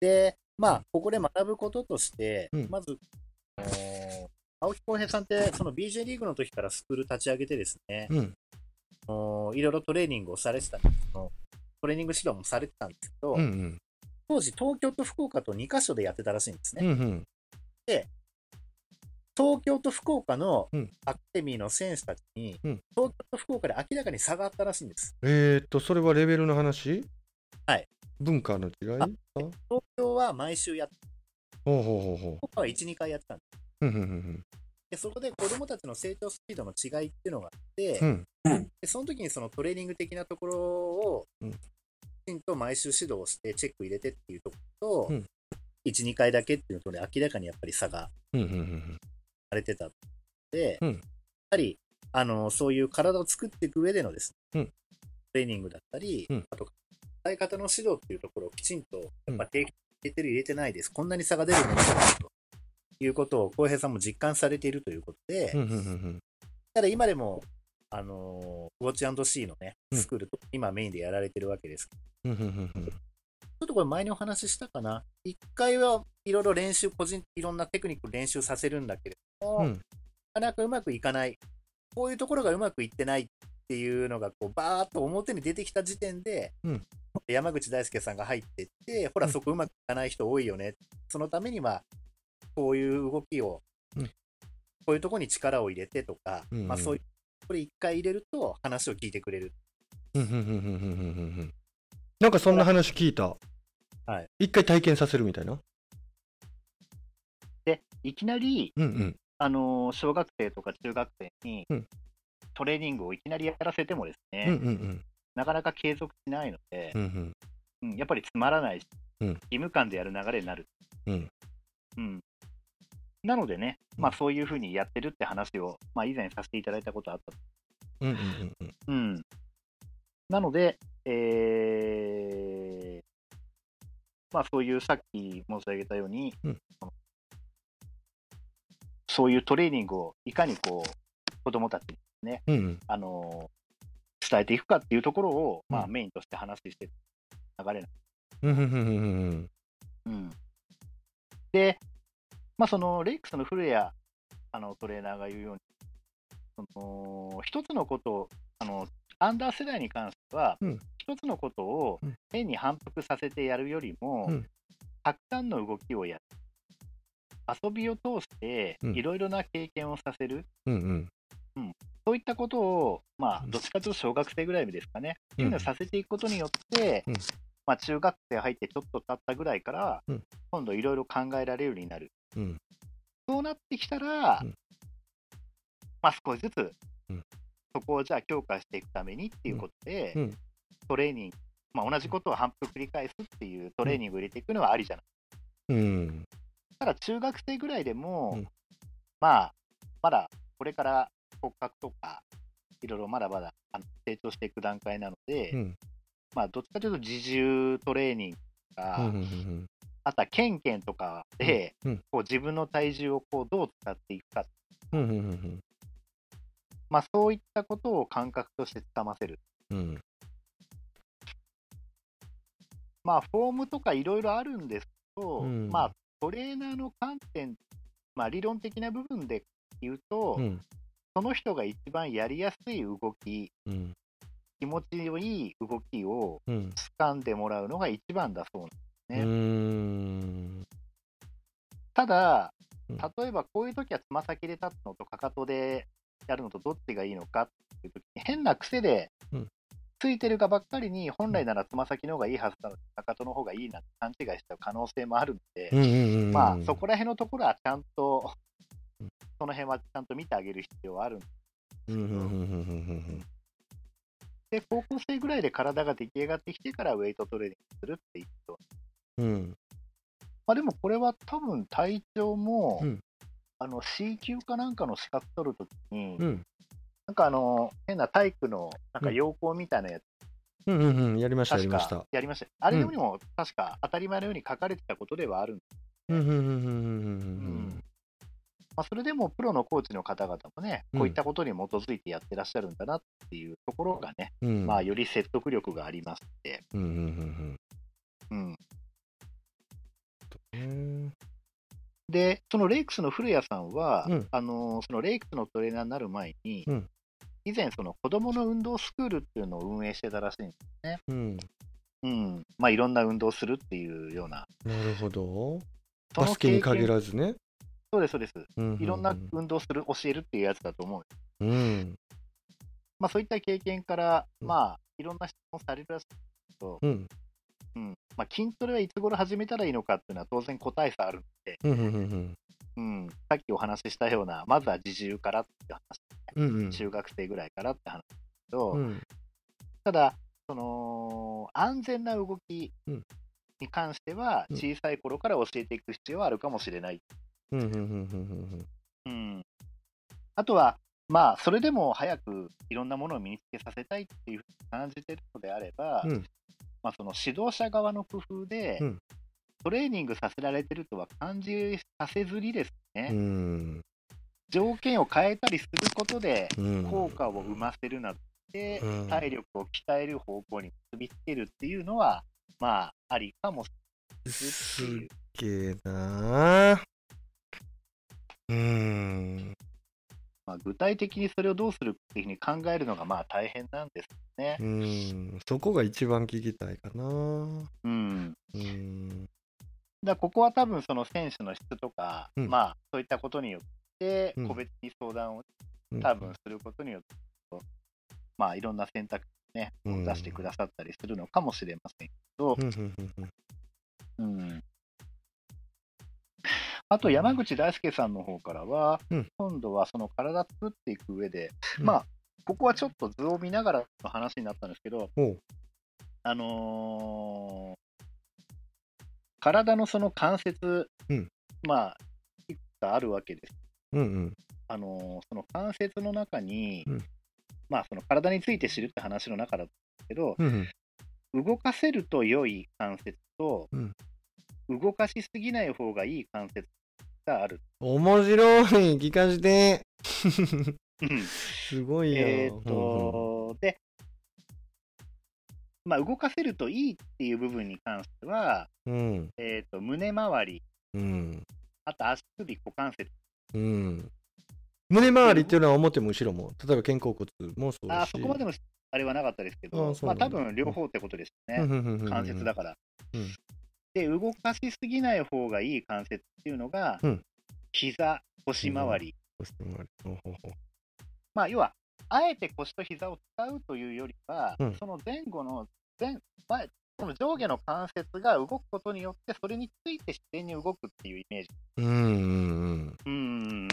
[SPEAKER 3] で、まあ、ここで学ぶこととして、
[SPEAKER 2] うん
[SPEAKER 3] まず、あのー青木浩平さんって、その BJ リーグの時からスクール立ち上げてですね、
[SPEAKER 2] うん。
[SPEAKER 3] あのーいろいろトレーニングをされてたんですけど、トレーニング指導もされてたんですけど、
[SPEAKER 2] うん。
[SPEAKER 3] 当時東京と福岡と2カ所でやってたらしいんですね。
[SPEAKER 2] うん。うん。
[SPEAKER 3] 東京と福岡の
[SPEAKER 2] うん
[SPEAKER 3] アカデミーの選手たちに、
[SPEAKER 2] うん
[SPEAKER 3] 東京と福岡で明らかに差があったらしいんです。
[SPEAKER 2] えー、っと、それはレベルの話
[SPEAKER 3] はい。
[SPEAKER 2] 文化の違い
[SPEAKER 3] あ
[SPEAKER 2] あほう
[SPEAKER 3] 東京は毎週やって、
[SPEAKER 2] ほうほうほ
[SPEAKER 3] 福岡は1、2回やってたんです。
[SPEAKER 2] う。うん。うん。
[SPEAKER 3] でそこで子供たちの成長スピードの違いっていうのがあって、
[SPEAKER 2] うん。
[SPEAKER 3] でその時にそのトレーニング的なところを
[SPEAKER 2] うん、
[SPEAKER 3] きちんと毎週指導して、チェック入れてっていうところと、
[SPEAKER 2] うん
[SPEAKER 3] 1、2回だけっていうのとで、明らかにやっぱり差が
[SPEAKER 2] うん。うん。うん。
[SPEAKER 3] されてたので、
[SPEAKER 2] うん
[SPEAKER 3] やっぱりあのそういう体を作っていく上でのですね、
[SPEAKER 2] うん
[SPEAKER 3] トレーニングだったり、
[SPEAKER 2] うん
[SPEAKER 3] あと、使い方の指導っていうところをきちんと、やっぱ定期的に入れてる、入れてないです、こんなに差が出るものだということを、浩平さんも実感されているということで、
[SPEAKER 2] うん。うん。うん。
[SPEAKER 3] ただ今でも、あのーウォッチシーのね、
[SPEAKER 2] うん
[SPEAKER 3] スクールと、今メインでやられてるわけですけ
[SPEAKER 2] う
[SPEAKER 3] ど、
[SPEAKER 2] ん。うん。うん。
[SPEAKER 3] ちょっとこれ前にお話ししたかな。一回はいろいろ練習、個人、いろんなテクニック練習させるんだけれども、
[SPEAKER 2] う。
[SPEAKER 3] なんかなかうまくいかない。こういうところがうまくいってないっていうのが、こう、バーっと表に出てきた時点で、
[SPEAKER 2] うん
[SPEAKER 3] 山口大輔さんが入ってって、ほら、
[SPEAKER 2] うん
[SPEAKER 3] そこうまくいかない人多いよね。そのためには、こういう動きを、
[SPEAKER 2] うん
[SPEAKER 3] こういうところに力を入れてとか、
[SPEAKER 2] うん
[SPEAKER 3] まあそういう、これ一回入れると話を聞いてくれる。
[SPEAKER 2] うんうんうんうんうんうんうんなんかそんな話聞いた。
[SPEAKER 3] はい。
[SPEAKER 2] 一回体験させるみたいな。
[SPEAKER 3] で、いきなり、
[SPEAKER 2] うんうん。
[SPEAKER 3] あのー小学生とか中学生に、
[SPEAKER 2] うん
[SPEAKER 3] トレーニングをいきなりやらせてもですね、
[SPEAKER 2] うんうん
[SPEAKER 3] なかなか継続しないので
[SPEAKER 2] うん。う、ん
[SPEAKER 3] うんやっぱりつまらないし、
[SPEAKER 2] うん
[SPEAKER 3] 義務感でやる流れになる。
[SPEAKER 2] うん
[SPEAKER 3] うんなのでね、まあ、
[SPEAKER 2] うん
[SPEAKER 3] そういうふうにやってるって話を、まあ、以前させていただいたことあった。
[SPEAKER 2] うん。うんうんうんうん。
[SPEAKER 3] うん、なので、えーまあ、そういうさっき申し上げたように、
[SPEAKER 2] うん
[SPEAKER 3] そのそういうトレーニングをいかにこう子どもたちに、
[SPEAKER 2] うんうん。
[SPEAKER 3] あのー伝えていくかっていうところを、まあ、
[SPEAKER 2] うん
[SPEAKER 3] メインとして話してる流れなんで
[SPEAKER 2] うんうんうんうんうん
[SPEAKER 3] す、うんで、まあ、そのレイクスの古谷あのトレーナーが言うようにその一つのことをあのアンダー世代に関しては、
[SPEAKER 2] うん
[SPEAKER 3] 一つのことを
[SPEAKER 2] うん
[SPEAKER 3] 変に反復させてやるよりも、
[SPEAKER 2] うん
[SPEAKER 3] たくさんの動きをやる遊びを通して
[SPEAKER 2] うん
[SPEAKER 3] いろいろな経験をさせる、
[SPEAKER 2] うんうん
[SPEAKER 3] そういったことを、まあ
[SPEAKER 2] う、ん
[SPEAKER 3] どっちかというと小学生ぐらいですかね、
[SPEAKER 2] う
[SPEAKER 3] っていうんのをさせていくことによって、
[SPEAKER 2] うん
[SPEAKER 3] まあ、中学生入ってちょっと経ったぐらいから、
[SPEAKER 2] うん
[SPEAKER 3] 今度いろいろ考えられるようになる。
[SPEAKER 2] うん
[SPEAKER 3] そうなってきたら、
[SPEAKER 2] うん
[SPEAKER 3] まあ、少しずつ、
[SPEAKER 2] うん
[SPEAKER 3] そこをじゃあ強化していくためにっていうことで、
[SPEAKER 2] うんうん
[SPEAKER 3] トレーニング、まあ、同じことを反復繰り返すっていうトレーニングを入れていくのはありじゃない。
[SPEAKER 2] うん
[SPEAKER 3] ただ中学生ぐらいでも、
[SPEAKER 2] うん
[SPEAKER 3] まあ、まだこれから骨格とか、いろいろまだまだあの成長していく段階なので、
[SPEAKER 2] うん
[SPEAKER 3] まあ、どっちかというと自重トレーニングとか、
[SPEAKER 2] うんうん
[SPEAKER 3] あとはケンケンとかで、
[SPEAKER 2] うんうん
[SPEAKER 3] こう自分の体重をこうどう使っていくか、
[SPEAKER 2] うんうんうんうん
[SPEAKER 3] まあ、そういったことを感覚としてつかませる。
[SPEAKER 2] うん
[SPEAKER 3] まあ、フォームとかいろいろあるんですけど、
[SPEAKER 2] うん
[SPEAKER 3] まあ、トレーナーの観点、まあ、理論的な部分で言うと、
[SPEAKER 2] うん
[SPEAKER 3] その人が一番やりやすい動き、
[SPEAKER 2] うん
[SPEAKER 3] 気持ちのいい動きを
[SPEAKER 2] うん
[SPEAKER 3] 掴んでもらうのが一番だそうなんです
[SPEAKER 2] う
[SPEAKER 3] ね
[SPEAKER 2] ーん
[SPEAKER 3] ただ
[SPEAKER 2] うん、
[SPEAKER 3] 例えばこういう時はつま先で立つのとかかとでやるのとどっちがいいのかっていう時に変な癖で
[SPEAKER 2] うん
[SPEAKER 3] ついてるがばっかりに、本来ならつま先の方がいいはずなのに、かかとの方がいいなって勘違いしちゃう可能性もあるので、
[SPEAKER 2] うんうんうんうん
[SPEAKER 3] まあ、そこら辺のところはちゃんと
[SPEAKER 2] うん、
[SPEAKER 3] その辺はちゃんと見てあげる必要はあるんで
[SPEAKER 2] うんうんうんうんうんうん
[SPEAKER 3] で、高校生ぐらいで体が出来上がってきてからウェイトトレーニングするっていう人は
[SPEAKER 2] うんうん
[SPEAKER 3] まあでもこれは多分体調も、
[SPEAKER 2] うん
[SPEAKER 3] あの C 級かなんかの資格取るときに、
[SPEAKER 2] うん
[SPEAKER 3] なんかあの、変な体育のなんか要項みたいなやつ、
[SPEAKER 2] うんうんうんやりましたやり
[SPEAKER 3] 確
[SPEAKER 2] ました
[SPEAKER 3] かやりました。あれにも確か当たり前のように書かれてたことではあるんで
[SPEAKER 2] うんうんうんうんうんう
[SPEAKER 3] うんんまあ、それでもプロのコーチの方々もね、
[SPEAKER 2] うん
[SPEAKER 3] こういったことに基づいてやってらっしゃるんだなっていうところがね、
[SPEAKER 2] うんうん
[SPEAKER 3] まあ、より説得力がありますって、
[SPEAKER 2] うんうんうん
[SPEAKER 3] うん、
[SPEAKER 2] うん
[SPEAKER 3] で、そのレイクスの古谷さんは、
[SPEAKER 2] うん
[SPEAKER 3] あのーそのレイクスのトレーナーになる前に、
[SPEAKER 2] うん
[SPEAKER 3] 以前、その子供の運動スクールっていうのを運営してたらしいんです、
[SPEAKER 2] うん
[SPEAKER 3] うんまあ、いろんな運動をするっていうような、
[SPEAKER 2] なるほど
[SPEAKER 3] そ
[SPEAKER 2] バ
[SPEAKER 3] の
[SPEAKER 2] スケに限
[SPEAKER 3] 経験
[SPEAKER 2] らずね
[SPEAKER 3] そうです、そうです、い
[SPEAKER 2] い
[SPEAKER 3] ろんな運動をする、教えるっていうやつだと思う。
[SPEAKER 2] うん
[SPEAKER 3] まあ、そういった経験から、
[SPEAKER 2] うん
[SPEAKER 3] まあ、いろんな質問されるらしいんですけど、
[SPEAKER 2] うん
[SPEAKER 3] うんまあ、筋トレはいつ頃始めたらいいのかっていうのは当然個体差あるので、
[SPEAKER 2] うんうんうん
[SPEAKER 3] うん、さっきお話ししたようなまずは自重からって話、
[SPEAKER 2] うんうんうん
[SPEAKER 3] 中学生ぐらいからって話だけど、
[SPEAKER 2] うん
[SPEAKER 3] ただその安全な動き
[SPEAKER 2] うん
[SPEAKER 3] に関しては
[SPEAKER 2] うん
[SPEAKER 3] 小さい頃から教えていく必要はあるかもしれない、
[SPEAKER 2] うんうんうんうん
[SPEAKER 3] うん、あとはまあそれでも早くいろんなものを身につけさせたいっていうふうに感じてるのであれば、
[SPEAKER 2] うん
[SPEAKER 3] まあ、その指導者側の工夫で、
[SPEAKER 2] うん
[SPEAKER 3] トレーニングさせられてるとは感じさせずにですね、
[SPEAKER 2] うん
[SPEAKER 3] 条件を変えたりすることで
[SPEAKER 2] うん
[SPEAKER 3] 効果を生ませるなどで、
[SPEAKER 2] うん
[SPEAKER 3] 体力を鍛える方向に結びつけるっていうのは、まあ、ありかもし
[SPEAKER 2] す
[SPEAKER 3] れないっていう。
[SPEAKER 2] げえなあうーん
[SPEAKER 3] まあ、具体的にそれをどうするっていうふうに考えるのがまあ大変なんですね
[SPEAKER 2] う。ーんそこが一番聞きたいかなう
[SPEAKER 3] うん、
[SPEAKER 2] ーん
[SPEAKER 3] だからここは多分その選手の質とか、
[SPEAKER 2] うん
[SPEAKER 3] まあそういったことによって
[SPEAKER 2] うん
[SPEAKER 3] 個別に相談を
[SPEAKER 2] うん
[SPEAKER 3] 多分することによって、まあいろんな選択
[SPEAKER 2] うん
[SPEAKER 3] を出してくださったりするのかもしれませんけど
[SPEAKER 2] う、んうんうんうん
[SPEAKER 3] うんあと山口大輔さんの方からは、
[SPEAKER 2] うん
[SPEAKER 3] 今度はその体作っていく上で、
[SPEAKER 2] うん
[SPEAKER 3] まあここはちょっと図を見ながらの話になったんですけど、
[SPEAKER 2] ほう
[SPEAKER 3] あのー体のその関節、
[SPEAKER 2] うん
[SPEAKER 3] まあいくつかあるわけです。
[SPEAKER 2] うんうん
[SPEAKER 3] あのーその関節の中に、
[SPEAKER 2] うん
[SPEAKER 3] まあその体について知るって話の中だったけど、
[SPEAKER 2] うんうん
[SPEAKER 3] 動かせると良い関節と、
[SPEAKER 2] うん
[SPEAKER 3] 動かしすぎない方がいい関節がある。
[SPEAKER 2] 面白い聞かしてすごいよ
[SPEAKER 3] えーっと、で、まあ、動かせるといいっていう部分に関しては、
[SPEAKER 2] うん
[SPEAKER 3] えーっと胸周り、
[SPEAKER 2] うん
[SPEAKER 3] あと足首、股関節、
[SPEAKER 2] うんうん胸周りっていうのは表も後ろも例えば肩甲骨もそうだ
[SPEAKER 3] あ
[SPEAKER 2] し
[SPEAKER 3] そこまでのあれはなかったですけ
[SPEAKER 2] あ
[SPEAKER 3] ど、
[SPEAKER 2] そう
[SPEAKER 3] ま
[SPEAKER 2] な
[SPEAKER 3] あ
[SPEAKER 2] んだ
[SPEAKER 3] 多分両方ってことですね。関節だ
[SPEAKER 2] か
[SPEAKER 3] から。
[SPEAKER 2] うん
[SPEAKER 3] で、動かしすぎない方がいい関節っていうのが、
[SPEAKER 2] うん
[SPEAKER 3] 膝、腰回り、
[SPEAKER 2] ら
[SPEAKER 3] まあ、要は、あえて腰と膝を使うというよりは、
[SPEAKER 2] うん
[SPEAKER 3] その前後の前前、その上下の関節が動くことによって、それについて自然に動くっていうイメージ。
[SPEAKER 2] うんうんうん
[SPEAKER 3] うん。っ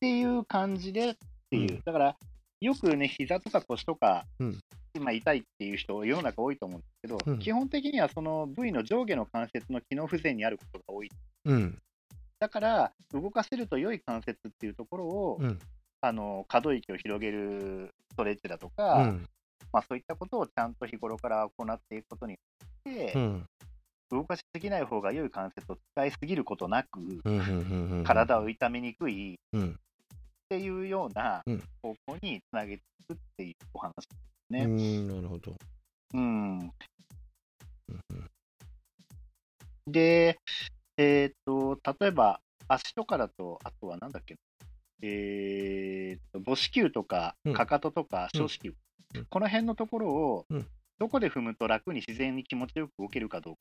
[SPEAKER 3] ていう感じでってい
[SPEAKER 2] う
[SPEAKER 3] う。
[SPEAKER 2] ん
[SPEAKER 3] だから、よくね、膝とか腰とか、
[SPEAKER 2] うん
[SPEAKER 3] 今痛いっていう人、世の中多いと思うんですけど、
[SPEAKER 2] うん
[SPEAKER 3] 基本的にはその部位の上下の関節の機能不全にあることが多い。
[SPEAKER 2] うん
[SPEAKER 3] だから、動かせると良い関節っていうところを、
[SPEAKER 2] うん
[SPEAKER 3] あの可動域を広げるストレッチだと
[SPEAKER 2] う
[SPEAKER 3] か、
[SPEAKER 2] ん
[SPEAKER 3] まあ、そういったことをちゃんと日頃から行っていくことによって、
[SPEAKER 2] うん
[SPEAKER 3] 動かしすぎない方が良い関節を使いすぎることなく、
[SPEAKER 2] うんうんうんうん
[SPEAKER 3] 体を痛めにくいっ
[SPEAKER 2] うん
[SPEAKER 3] ていうような
[SPEAKER 2] うん
[SPEAKER 3] 方向につなげていくっていうお話。ね
[SPEAKER 2] うんなるほど
[SPEAKER 3] うん、
[SPEAKER 2] うんうん
[SPEAKER 3] で、えー、と例えば足とかだと、あとはなんだっけ、えー、と母子球とか
[SPEAKER 2] うん
[SPEAKER 3] かかととか小子球、
[SPEAKER 2] うん
[SPEAKER 3] この辺のところを、
[SPEAKER 2] うん
[SPEAKER 3] どこで踏むと楽に自然に気持ちよく動けるかどうか。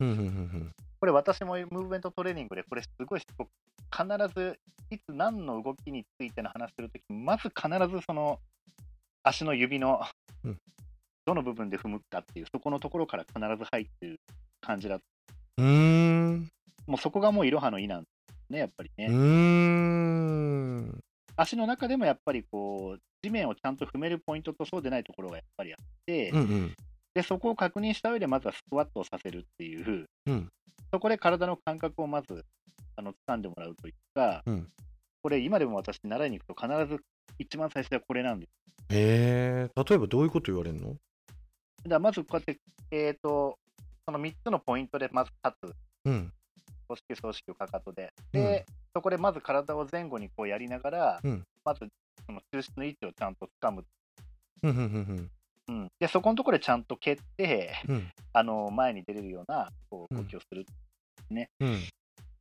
[SPEAKER 2] うんうんうん
[SPEAKER 3] これ私もムーブメントトレーニングでこれすごいしつこく必ずいつ何の動きについての話するときまず必ずその足の指の
[SPEAKER 2] うん
[SPEAKER 3] どの部分で踏むかっていう、そこのところから必ず入ってる感じだ
[SPEAKER 2] うーん。
[SPEAKER 3] もうそこがもういろはの意なんですね、やっぱりね。
[SPEAKER 2] うーん。
[SPEAKER 3] 足の中でもやっぱりこう、地面をちゃんと踏めるポイントとそうでないところがやっぱりあって、
[SPEAKER 2] うんうん。
[SPEAKER 3] でそこを確認した上で、まずはスクワットをさせるっていう、
[SPEAKER 2] うん
[SPEAKER 3] そこで体の感覚をまずあの掴んでもらうというか、
[SPEAKER 2] うん
[SPEAKER 3] これ、今でも私、習いに行くと、必ず一番最初はこれなんです。
[SPEAKER 2] えー、例えばどういうこと言われるの
[SPEAKER 3] だからまずこうやって、えー、とその3つのポイントでまず立つ、
[SPEAKER 2] うん。
[SPEAKER 3] 組織、組織をかかとで。で、そこでまず体を前後にこうやりながら、
[SPEAKER 2] うん
[SPEAKER 3] まずその中心の位置をちゃんと掴む。
[SPEAKER 2] うん。うん。うん。
[SPEAKER 3] うん、でそこのところでちゃんと蹴って、
[SPEAKER 2] うんうん。
[SPEAKER 3] あの前に出れるようなこう
[SPEAKER 2] うん
[SPEAKER 3] 動きをする、
[SPEAKER 2] うん。
[SPEAKER 3] うん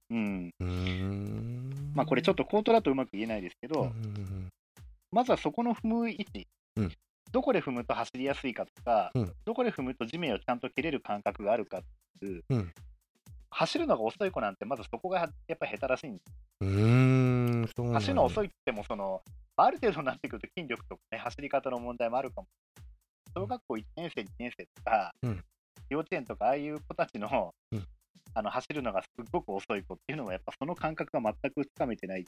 [SPEAKER 2] うーん。
[SPEAKER 3] まあ、これちょっ
[SPEAKER 2] と。
[SPEAKER 3] と口頭だとうまく言えないですけど、
[SPEAKER 2] うんうん
[SPEAKER 3] まずはそこの踏む位置、
[SPEAKER 2] うん
[SPEAKER 3] どこで踏むと走りやすいかとか、
[SPEAKER 2] うん
[SPEAKER 3] どこで踏むと地面をちゃんと蹴れる感覚があるかっていう、
[SPEAKER 2] うん
[SPEAKER 3] 走るのが遅い子なんて、まずそこがやっぱり下手らしいんです、
[SPEAKER 2] うん。うーん。そうなんだ
[SPEAKER 3] 走るの遅いって言ってもその、ある程度になってくると筋力とか、ね、走り方の問題もあるかも。小学校1年生、2年生とか、
[SPEAKER 2] うん
[SPEAKER 3] 幼稚園とか、ああいう子たちの,、
[SPEAKER 2] うん
[SPEAKER 3] あの走るのがすっごく遅い子っていうのは、やっぱその感覚が全くつかめてない、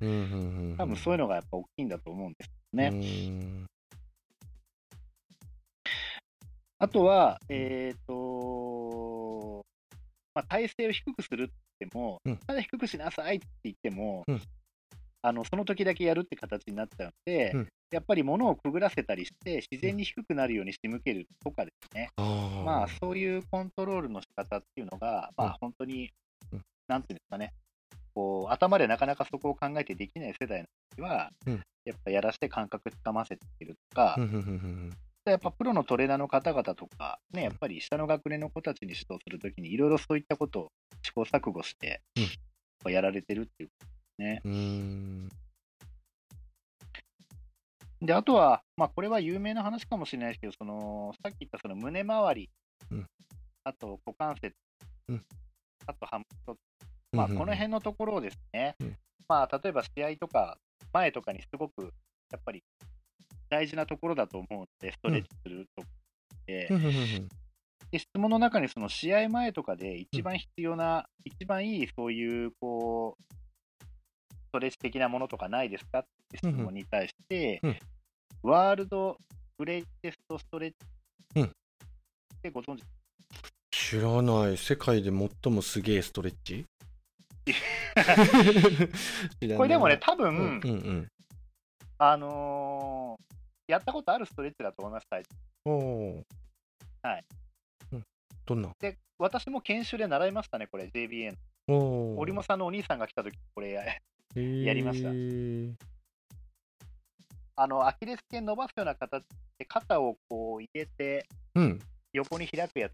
[SPEAKER 2] うんうんうん。
[SPEAKER 3] 多分そういう
[SPEAKER 2] の
[SPEAKER 3] のがやっぱ大きいんだと思うんですね
[SPEAKER 2] ね。
[SPEAKER 3] あとは、えっ、とまあ、体勢を低くするって言っても、
[SPEAKER 2] うん
[SPEAKER 3] ただ低くしなさいって言っても、
[SPEAKER 2] うん
[SPEAKER 3] あのその時だけやるって形になっちゃうので、
[SPEAKER 2] うん
[SPEAKER 3] やっぱり物をくぐらせたりして、自然に低くなるように仕向けるとかですね、
[SPEAKER 2] ああ。
[SPEAKER 3] まあ、そういうコントロールの仕方っていうのが、ま
[SPEAKER 2] うん
[SPEAKER 3] あ、本当に、
[SPEAKER 2] うん
[SPEAKER 3] なんていうんですかね、こう頭でなかなかそこを考えてできない世代の時は、
[SPEAKER 2] うん
[SPEAKER 3] やっぱやらして感覚つかませているとか、
[SPEAKER 2] うんうんうん
[SPEAKER 3] やっぱプロのトレーナーの方々とか、ね、やっぱり下の学年の子たちに指導するときに、いろいろそういったことを試行錯誤して
[SPEAKER 2] うん、
[SPEAKER 3] やられてるっていう。
[SPEAKER 2] うん。うーん。
[SPEAKER 3] で、あとは、まあ、これは有名な話かもしれないですけど、そのさっき言ったその胸周り、
[SPEAKER 2] うん
[SPEAKER 3] あと股関節、
[SPEAKER 2] うん
[SPEAKER 3] あとハムスト、まあ、この辺のところをですね、
[SPEAKER 2] うん
[SPEAKER 3] まあ、例えば試合とか前とかにすごくやっぱり大事なところだと思うので、ストレッチするとかで、
[SPEAKER 2] うんうんうん
[SPEAKER 3] で質問の中にその試合前とかで一番必要な、一番いいそういうこうストレッチ的なものとかないですかって質問に対して、
[SPEAKER 2] うん
[SPEAKER 3] ワールドグレイテストストレッチ
[SPEAKER 2] うん
[SPEAKER 3] ってご存知、
[SPEAKER 2] 知らない世界で最もすげえストレッチ知らない
[SPEAKER 3] これでもね、多
[SPEAKER 2] う
[SPEAKER 3] 分、
[SPEAKER 2] んうん
[SPEAKER 3] あのーやったことあるストレッチだと思います、最初
[SPEAKER 2] うんおー
[SPEAKER 3] はい
[SPEAKER 2] うんどんな
[SPEAKER 3] で私も研修で習いましたね、これ、JBA の。
[SPEAKER 2] おお
[SPEAKER 3] 織茂さんのお兄さんが来た時これや、やりましたあのアキレス腱伸ばすような形で肩をこう入れて、
[SPEAKER 2] うん
[SPEAKER 3] 横に開くやつ